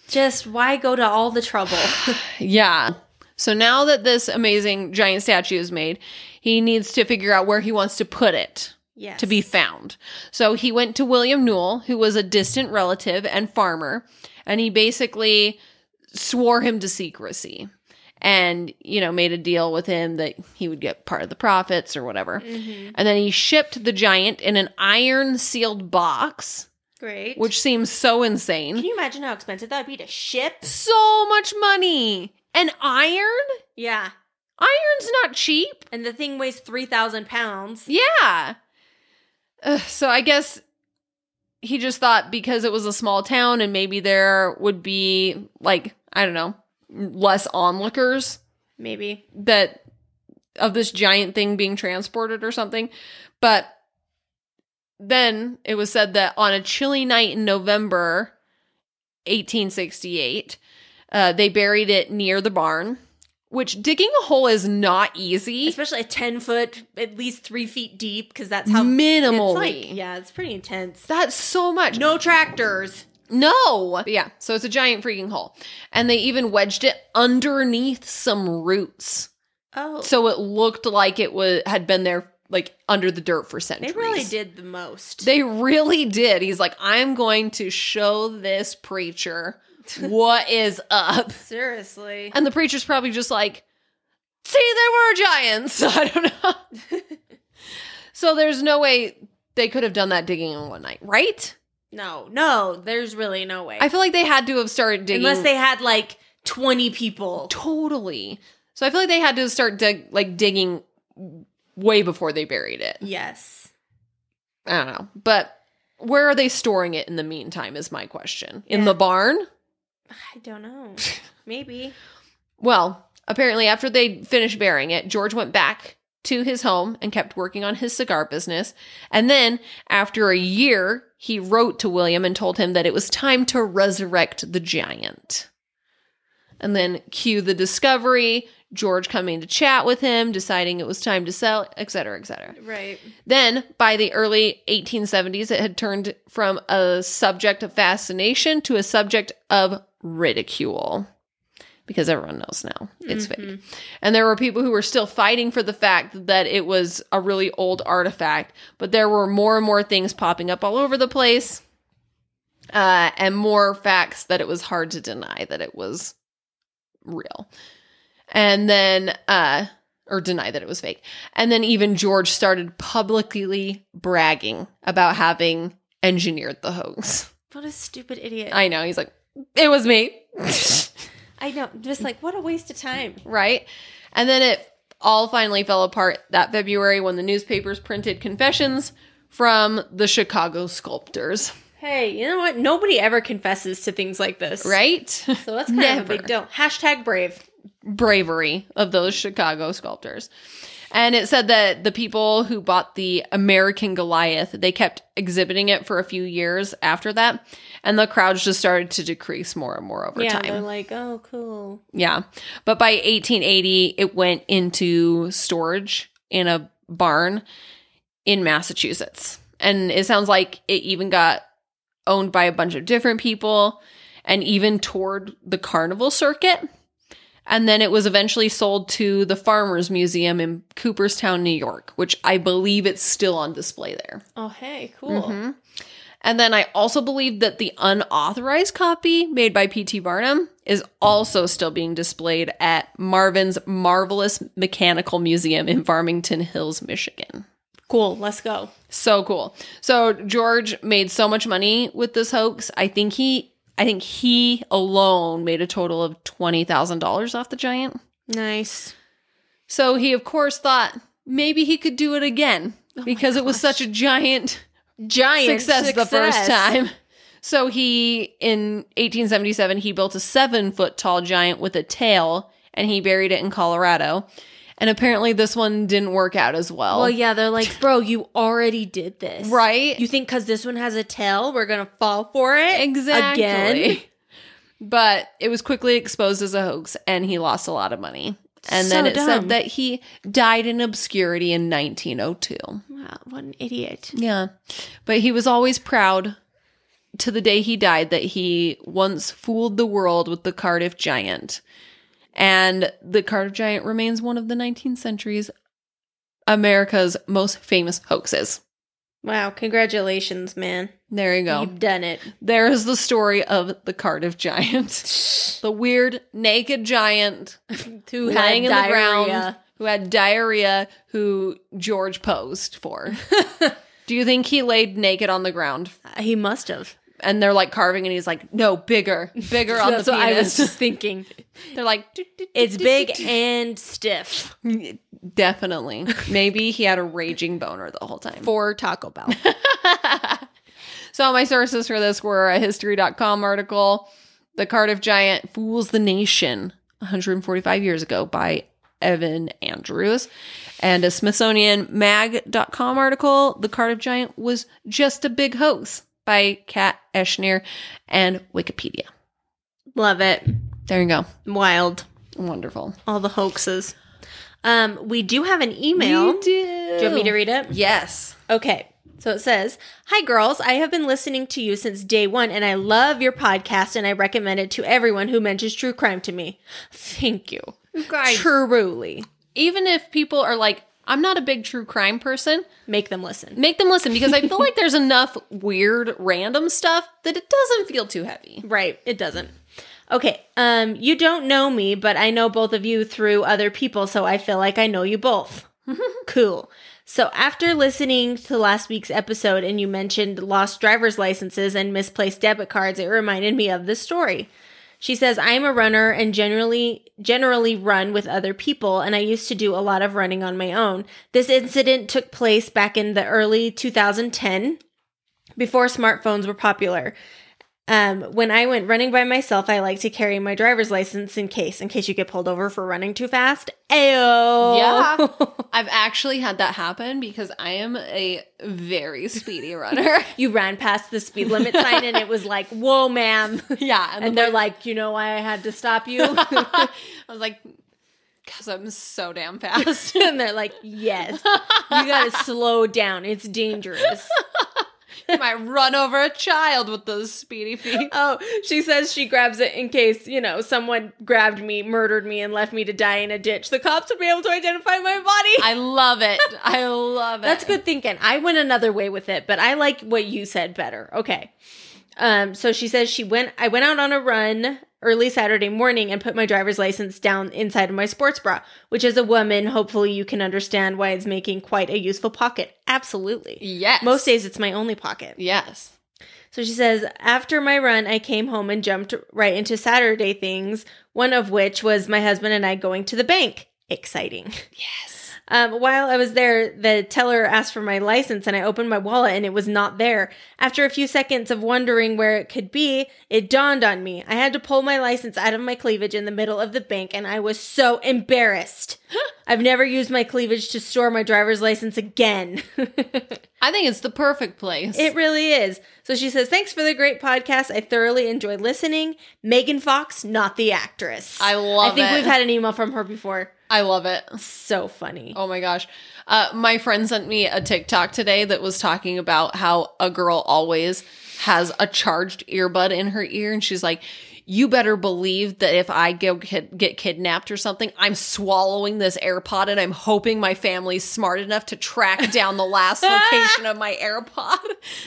[SPEAKER 1] Just why go to all the trouble?
[SPEAKER 2] Yeah. So now that this amazing giant statue is made, he needs to figure out where he wants to put it.
[SPEAKER 1] yes.
[SPEAKER 2] to be found. So he went to William Newell, who was a distant relative and farmer, and he basically swore him to secrecy and, you know, made a deal with him that he would get part of the profits or whatever.
[SPEAKER 1] Mhm.
[SPEAKER 2] And then he shipped the giant in an iron sealed box
[SPEAKER 1] Great.
[SPEAKER 2] which seems so insane.
[SPEAKER 1] Can you imagine how expensive that would be to ship?
[SPEAKER 2] So much money. And iron?
[SPEAKER 1] Yeah.
[SPEAKER 2] Iron's not cheap.
[SPEAKER 1] And the thing weighs 3,000 pounds.
[SPEAKER 2] Yeah. Ugh, so I guess he just thought because it was a small town and maybe there would be, like, I don't know, less onlookers
[SPEAKER 1] Maybe.
[SPEAKER 2] that of this giant thing being transported or something. But then it was said that on a chilly night in November 1868, uh, they buried it near the barn, which digging a hole is not easy.
[SPEAKER 1] Especially a 10 foot, at least three feet deep, because that's how
[SPEAKER 2] Minimally.
[SPEAKER 1] It's like, yeah, it's pretty intense.
[SPEAKER 2] That's so much.
[SPEAKER 1] No tractors.
[SPEAKER 2] No. But yeah. So it's a giant freaking hole. And they even wedged it underneath some roots.
[SPEAKER 1] Oh,
[SPEAKER 2] So it looked like it was had been there like under the dirt for
[SPEAKER 1] they
[SPEAKER 2] centuries.
[SPEAKER 1] really did the most.
[SPEAKER 2] They really did. He's like, I'm going to show this preacher what is up.
[SPEAKER 1] Seriously.
[SPEAKER 2] And the preacher's probably just like, see, there were giants. I don't know. so there's no way they could have done that digging in one night, right?
[SPEAKER 1] No, no, there's really no way.
[SPEAKER 2] I feel like they had to have started digging.
[SPEAKER 1] Unless they had like 20 people.
[SPEAKER 2] totally. So I feel like they had to start dig- like digging way before they buried it.
[SPEAKER 1] Yes.
[SPEAKER 2] I don't know. But where are they storing it in the meantime is my question. In
[SPEAKER 1] Yeah.
[SPEAKER 2] the barn?
[SPEAKER 1] I don't know. Maybe.
[SPEAKER 2] Well, apparently, after they finished burying it, George went back to his home and kept working on his cigar business. And then, after a year, he wrote to William and told him that it was time to resurrect the giant. And then, cue the discovery. George coming to chat with him, deciding it was time to sell, et cetera, et cetera.
[SPEAKER 1] Right.
[SPEAKER 2] Then, by the early 1870s, it had turned from a subject of fascination to a subject of ridicule because everyone knows now it's fake. And there were people who were still fighting for the fact that it was a really old artifact, but there were more and more things popping up all over the place uh, and more facts that it was hard to deny that it was real. And then, uh, or deny that it was fake. And then even George started publicly bragging about having engineered the hoax.
[SPEAKER 1] What a stupid idiot. I,
[SPEAKER 2] I know. He's like, it was me.
[SPEAKER 1] know. Just like, what a waste of time.
[SPEAKER 2] right? And then it all finally fell apart that February when the newspapers printed confessions from the Chicago sculptors,
[SPEAKER 1] Hey, you know what? Nobody ever confesses to things like this.
[SPEAKER 2] right?
[SPEAKER 1] So that's kind of a big deal. Hashtag brave.
[SPEAKER 2] bravery of those Chicago sculptors. And it said that the people who bought the American Goliath, they kept exhibiting it for a few years after that, and the crowds just started to decrease more and more over
[SPEAKER 1] yeah, they're
[SPEAKER 2] time.
[SPEAKER 1] like, oh, cool.
[SPEAKER 2] yeah. But by 1880, it went into storage in a barn in Massachusetts. And it sounds like it even got owned by a bunch of different people and even toured the carnival circuit. And then it was eventually sold to the Farmers Museum in Cooperstown, New York, which I believe it's still on display there.
[SPEAKER 1] Oh, hey, cool.
[SPEAKER 2] Mhm. And then I also believe that the unauthorized copy made by P.T. Barnum is also still being displayed at Marvin's Marvelous Mechanical Museum in Farmington Hills, Michigan.
[SPEAKER 1] Cool. Let's go.
[SPEAKER 2] So cool. So George made so much money with this hoax. I think he I think he alone made a total of $20,000 off the giant.
[SPEAKER 1] Nice.
[SPEAKER 2] So he of course thought maybe he could do it again because it was such a giant
[SPEAKER 1] Oh Giant
[SPEAKER 2] success, the first time. So he, in 1877, he built a seven foot tall giant with a tail and he buried it in Colorado. And apparently, this one didn't work out as well.
[SPEAKER 1] Well, Oh, yeah, they're like, bro, you already did this.
[SPEAKER 2] Right?
[SPEAKER 1] You think because this one has a tail, we're going to fall for it?
[SPEAKER 2] exactly.
[SPEAKER 1] Again?
[SPEAKER 2] But it was quickly exposed as a hoax and he lost a lot of money. And
[SPEAKER 1] So
[SPEAKER 2] then it
[SPEAKER 1] dumb.
[SPEAKER 2] said that he died in obscurity in 1902.
[SPEAKER 1] Wow, what an idiot.
[SPEAKER 2] Yeah. But he was always proud to the day he died that he once fooled the world with the Cardiff Giant. And the Cardiff Giant remains one of the 19th century's America's most famous hoaxes.
[SPEAKER 1] Wow, congratulations, man.
[SPEAKER 2] There you go.
[SPEAKER 1] You've done it.
[SPEAKER 2] There is the story of the Cardiff Giant. the weird naked giant
[SPEAKER 1] Who
[SPEAKER 2] lying in
[SPEAKER 1] had
[SPEAKER 2] the ground
[SPEAKER 1] diarrhea.
[SPEAKER 2] who had diarrhea who George posed for. Do you think he laid naked on the ground?
[SPEAKER 1] Uh, He must have.
[SPEAKER 2] And they're like carving, and he's like, "No, bigger, bigger on the
[SPEAKER 1] That's what I was
[SPEAKER 2] penis."
[SPEAKER 1] just thinking.
[SPEAKER 2] they're like, "Doot, doot,
[SPEAKER 1] It's
[SPEAKER 2] doot,
[SPEAKER 1] big
[SPEAKER 2] doot,
[SPEAKER 1] and stiff.
[SPEAKER 2] doot." Definitely. Maybe he had a raging boner the whole time.
[SPEAKER 4] for Taco Bell.
[SPEAKER 2] So my sources for this were a history.com article, The Cardiff Giant Fools the Nation 145 years ago by Evan Andrews, and a Smithsonian mag.com article, The Cardiff Giant was just a big hoax by Kat Eschner and Wikipedia.
[SPEAKER 1] Love it.
[SPEAKER 2] There you go.
[SPEAKER 1] Wild.
[SPEAKER 2] Wonderful.
[SPEAKER 1] All the hoaxes. Um, we do have an email.
[SPEAKER 2] We
[SPEAKER 1] Do you want me to read it?
[SPEAKER 2] Yes.
[SPEAKER 1] Okay. So it says, Hi, girls. I have been listening to you since day one, and I love your podcast, and I recommend it to everyone who mentions true crime to me. Thank you. Truly.
[SPEAKER 2] Even if people are like, I'm not a big true crime person,
[SPEAKER 1] Make them listen.
[SPEAKER 2] make them listen because I feel like there's enough weird random stuff that it doesn't feel too heavy.
[SPEAKER 1] Right. It doesn't. Okay. Um, you don't know me, but I know both of you through other people, so I feel like I know you both. cool. So after listening to last week's episode and you mentioned lost driver's licenses and misplaced debit cards, it reminded me of this story. She says, "I am a runner and generally generally run with other people and I used to do a lot of running on my own. This incident took place back in the early 2010 before smartphones were popular. Um, when I went running by myself, I like to carry my driver's license in case in case you get pulled over for running too fast. Ayo.
[SPEAKER 2] Yeah. I've actually had that happen because I am a very speedy runner.
[SPEAKER 1] you ran past the speed limit sign and it was like, whoa, ma'am.
[SPEAKER 2] yeah.
[SPEAKER 1] And they're like, you know why I had to stop you?
[SPEAKER 2] I was like, because I'm so damn fast.
[SPEAKER 1] and they're like, yes, you gotta slow down. It's dangerous.
[SPEAKER 2] I might run over a child with those speedy feet.
[SPEAKER 1] Oh, she says she grabs it in case, you know, someone grabbed me, murdered me, and left me to die in a ditch. The cops would be able to identify my body.
[SPEAKER 2] I love it. I love it.
[SPEAKER 1] That's good thinking. I went another way with it, but I like what you said better. Okay. Um, so she says she went I went out on a run early Saturday morning and put my driver's license down inside of my sports bra, which as a woman, hopefully you can understand why it's making quite a useful pocket. Absolutely.
[SPEAKER 2] Yes.
[SPEAKER 1] Most days it's my only pocket.
[SPEAKER 2] Yes.
[SPEAKER 1] So she says, after my run, I came home and jumped right into Saturday things, one of which was my husband and I going to the bank. Exciting.
[SPEAKER 2] Yes.
[SPEAKER 1] Um, while I was there, the teller asked for my license and I opened my wallet and it was not there. After a few seconds of wondering where it could be, it dawned on me. I had to pull my license out of my cleavage in the middle of the bank and I was so embarrassed. I've never used my cleavage to store my driver's license again.
[SPEAKER 2] I think it's the perfect place.
[SPEAKER 1] It really is. So she says, Thanks for the great podcast. I thoroughly enjoy listening. Megan Fox, not the actress.
[SPEAKER 2] I love
[SPEAKER 1] I think
[SPEAKER 2] it.
[SPEAKER 1] we've had an email from her before.
[SPEAKER 2] I love it.
[SPEAKER 1] So funny.
[SPEAKER 2] Oh my gosh. Uh, my friend sent me a TikTok today that was talking about how a girl always has a charged earbud in her ear. And she's like, You better believe that if I go kid- get kidnapped or something, I'm swallowing this AirPod and I'm hoping my family's smart enough to track down the last location of my AirPod.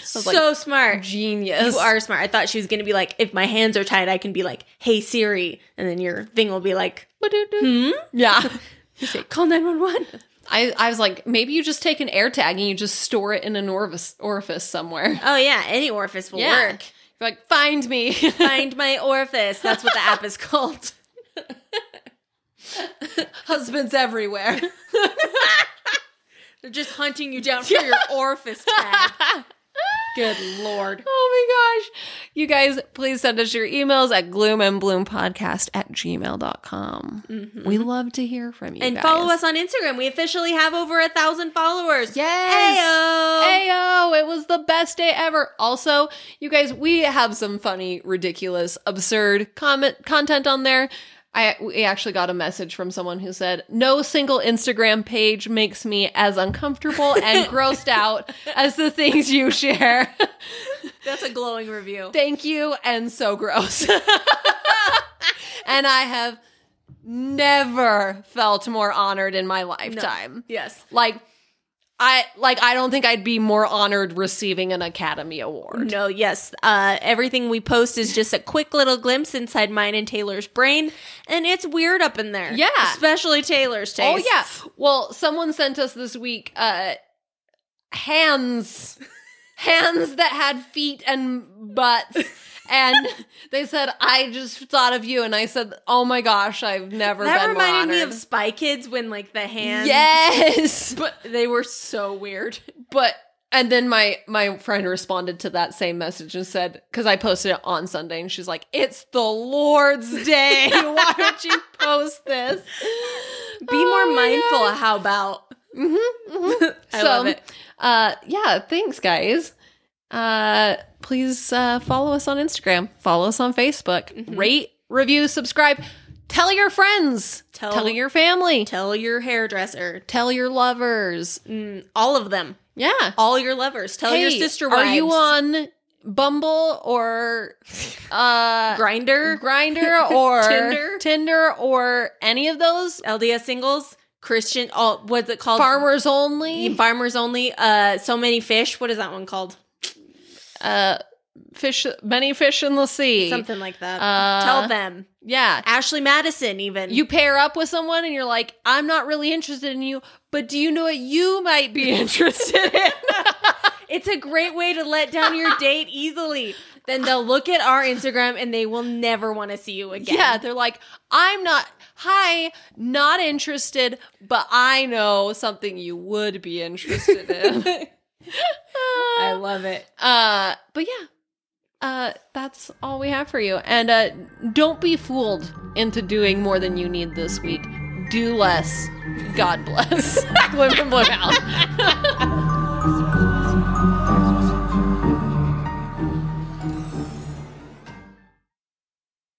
[SPEAKER 2] So
[SPEAKER 1] so smart.
[SPEAKER 2] genius.
[SPEAKER 1] You are smart. I thought she was going to be like, If my hands are tied, I can be like, Hey Siri. And then your thing will be like, Hmm?
[SPEAKER 2] Yeah.
[SPEAKER 1] You say, Call 911.
[SPEAKER 2] I, I was like, maybe you just take an air tag and you just store it in an orifice, orifice somewhere.
[SPEAKER 1] Oh, yeah. Any orifice will
[SPEAKER 2] Yeah.
[SPEAKER 1] work.
[SPEAKER 2] You're like, find me.
[SPEAKER 1] Find my orifice. That's what the app is called.
[SPEAKER 2] Husbands everywhere.
[SPEAKER 1] They're just hunting you down for your orifice tag. Good lord.
[SPEAKER 2] Oh my gosh. You guys, please send us your emails at gloomandbloompodcast at gmail.com. We love to hear from you.
[SPEAKER 1] and
[SPEAKER 2] guys.
[SPEAKER 1] follow us on Instagram. We officially have over a thousand followers.
[SPEAKER 2] Yes.
[SPEAKER 1] Heyo.
[SPEAKER 2] Ayo, it was the best day ever. Also, you guys, we have some funny, ridiculous, absurd comment content on there. I we actually got a message from someone who said, "No single Instagram page makes me as uncomfortable and grossed out as the things you share."
[SPEAKER 1] That's a glowing review.
[SPEAKER 2] thank you and so gross and i have never felt more honored in my lifetime
[SPEAKER 1] Yes.
[SPEAKER 2] like i like i don't think i'd be more honored receiving an academy award
[SPEAKER 1] No, yes. Uh, everything we post is just a quick little glimpse inside mine and Taylor's brain, and it's weird up in there.
[SPEAKER 2] Yeah.
[SPEAKER 1] Especially Taylor's
[SPEAKER 2] oh
[SPEAKER 1] taste.
[SPEAKER 2] yeah well someone sent us this week uh hands, hands that had feet and butts. And they said, I just thought of you. And I said, Oh my gosh, I've never
[SPEAKER 1] that
[SPEAKER 2] been more
[SPEAKER 1] reminded me
[SPEAKER 2] honored.
[SPEAKER 1] of Spy Kids when like the hands.
[SPEAKER 2] Yes.
[SPEAKER 1] But they were so weird.
[SPEAKER 2] But and then my my friend responded to that same message and said because I posted it on Sunday and she's like, "It's the Lord's day. Why would you post this?"
[SPEAKER 1] Be more
[SPEAKER 2] Oh my
[SPEAKER 1] mindful.
[SPEAKER 2] God.
[SPEAKER 1] How about? I
[SPEAKER 2] so,
[SPEAKER 1] love it.
[SPEAKER 2] Uh, yeah, thanks guys. Uh, please uh, follow us on Instagram. Follow us on Facebook.
[SPEAKER 1] Mm-hmm.
[SPEAKER 2] Rate, review, subscribe. Tell your friends.
[SPEAKER 1] Tell-
[SPEAKER 2] tell your family.
[SPEAKER 1] Tell your hairdresser.
[SPEAKER 2] Tell your lovers.
[SPEAKER 1] Mm, all of them.
[SPEAKER 2] Yeah.
[SPEAKER 1] All your lovers. Tell your
[SPEAKER 2] Hey,
[SPEAKER 1] sister
[SPEAKER 2] Are
[SPEAKER 1] wives.
[SPEAKER 2] you on Bumble or uh
[SPEAKER 1] Grinder?
[SPEAKER 2] Grinder or
[SPEAKER 1] Tinder?
[SPEAKER 2] Tinder or any of those?
[SPEAKER 1] LDS singles? Christian? All what's it called?
[SPEAKER 2] Farmers only.
[SPEAKER 1] Farmers only. Uh, so many fish. What is that one called?
[SPEAKER 2] Uh fish many fish in the sea.
[SPEAKER 1] Something like that.
[SPEAKER 2] Uh,
[SPEAKER 1] Tell them.
[SPEAKER 2] Yeah.
[SPEAKER 1] Ashley Madison. Even
[SPEAKER 2] You pair up with someone and you're like, I'm not really interested in you, but do you know what you might be interested in?
[SPEAKER 1] It's a great way to let down your date easily. Then they'll look at our Instagram and they will never want to see you again.
[SPEAKER 2] Yeah, they're like, I'm not, hi, not interested, but I know something you would be interested in.
[SPEAKER 1] I love it.
[SPEAKER 2] uh, but yeah, uh, that's all we have for you. And uh, don't be fooled into doing more than you need this week. Do less. God bless. Women blow out.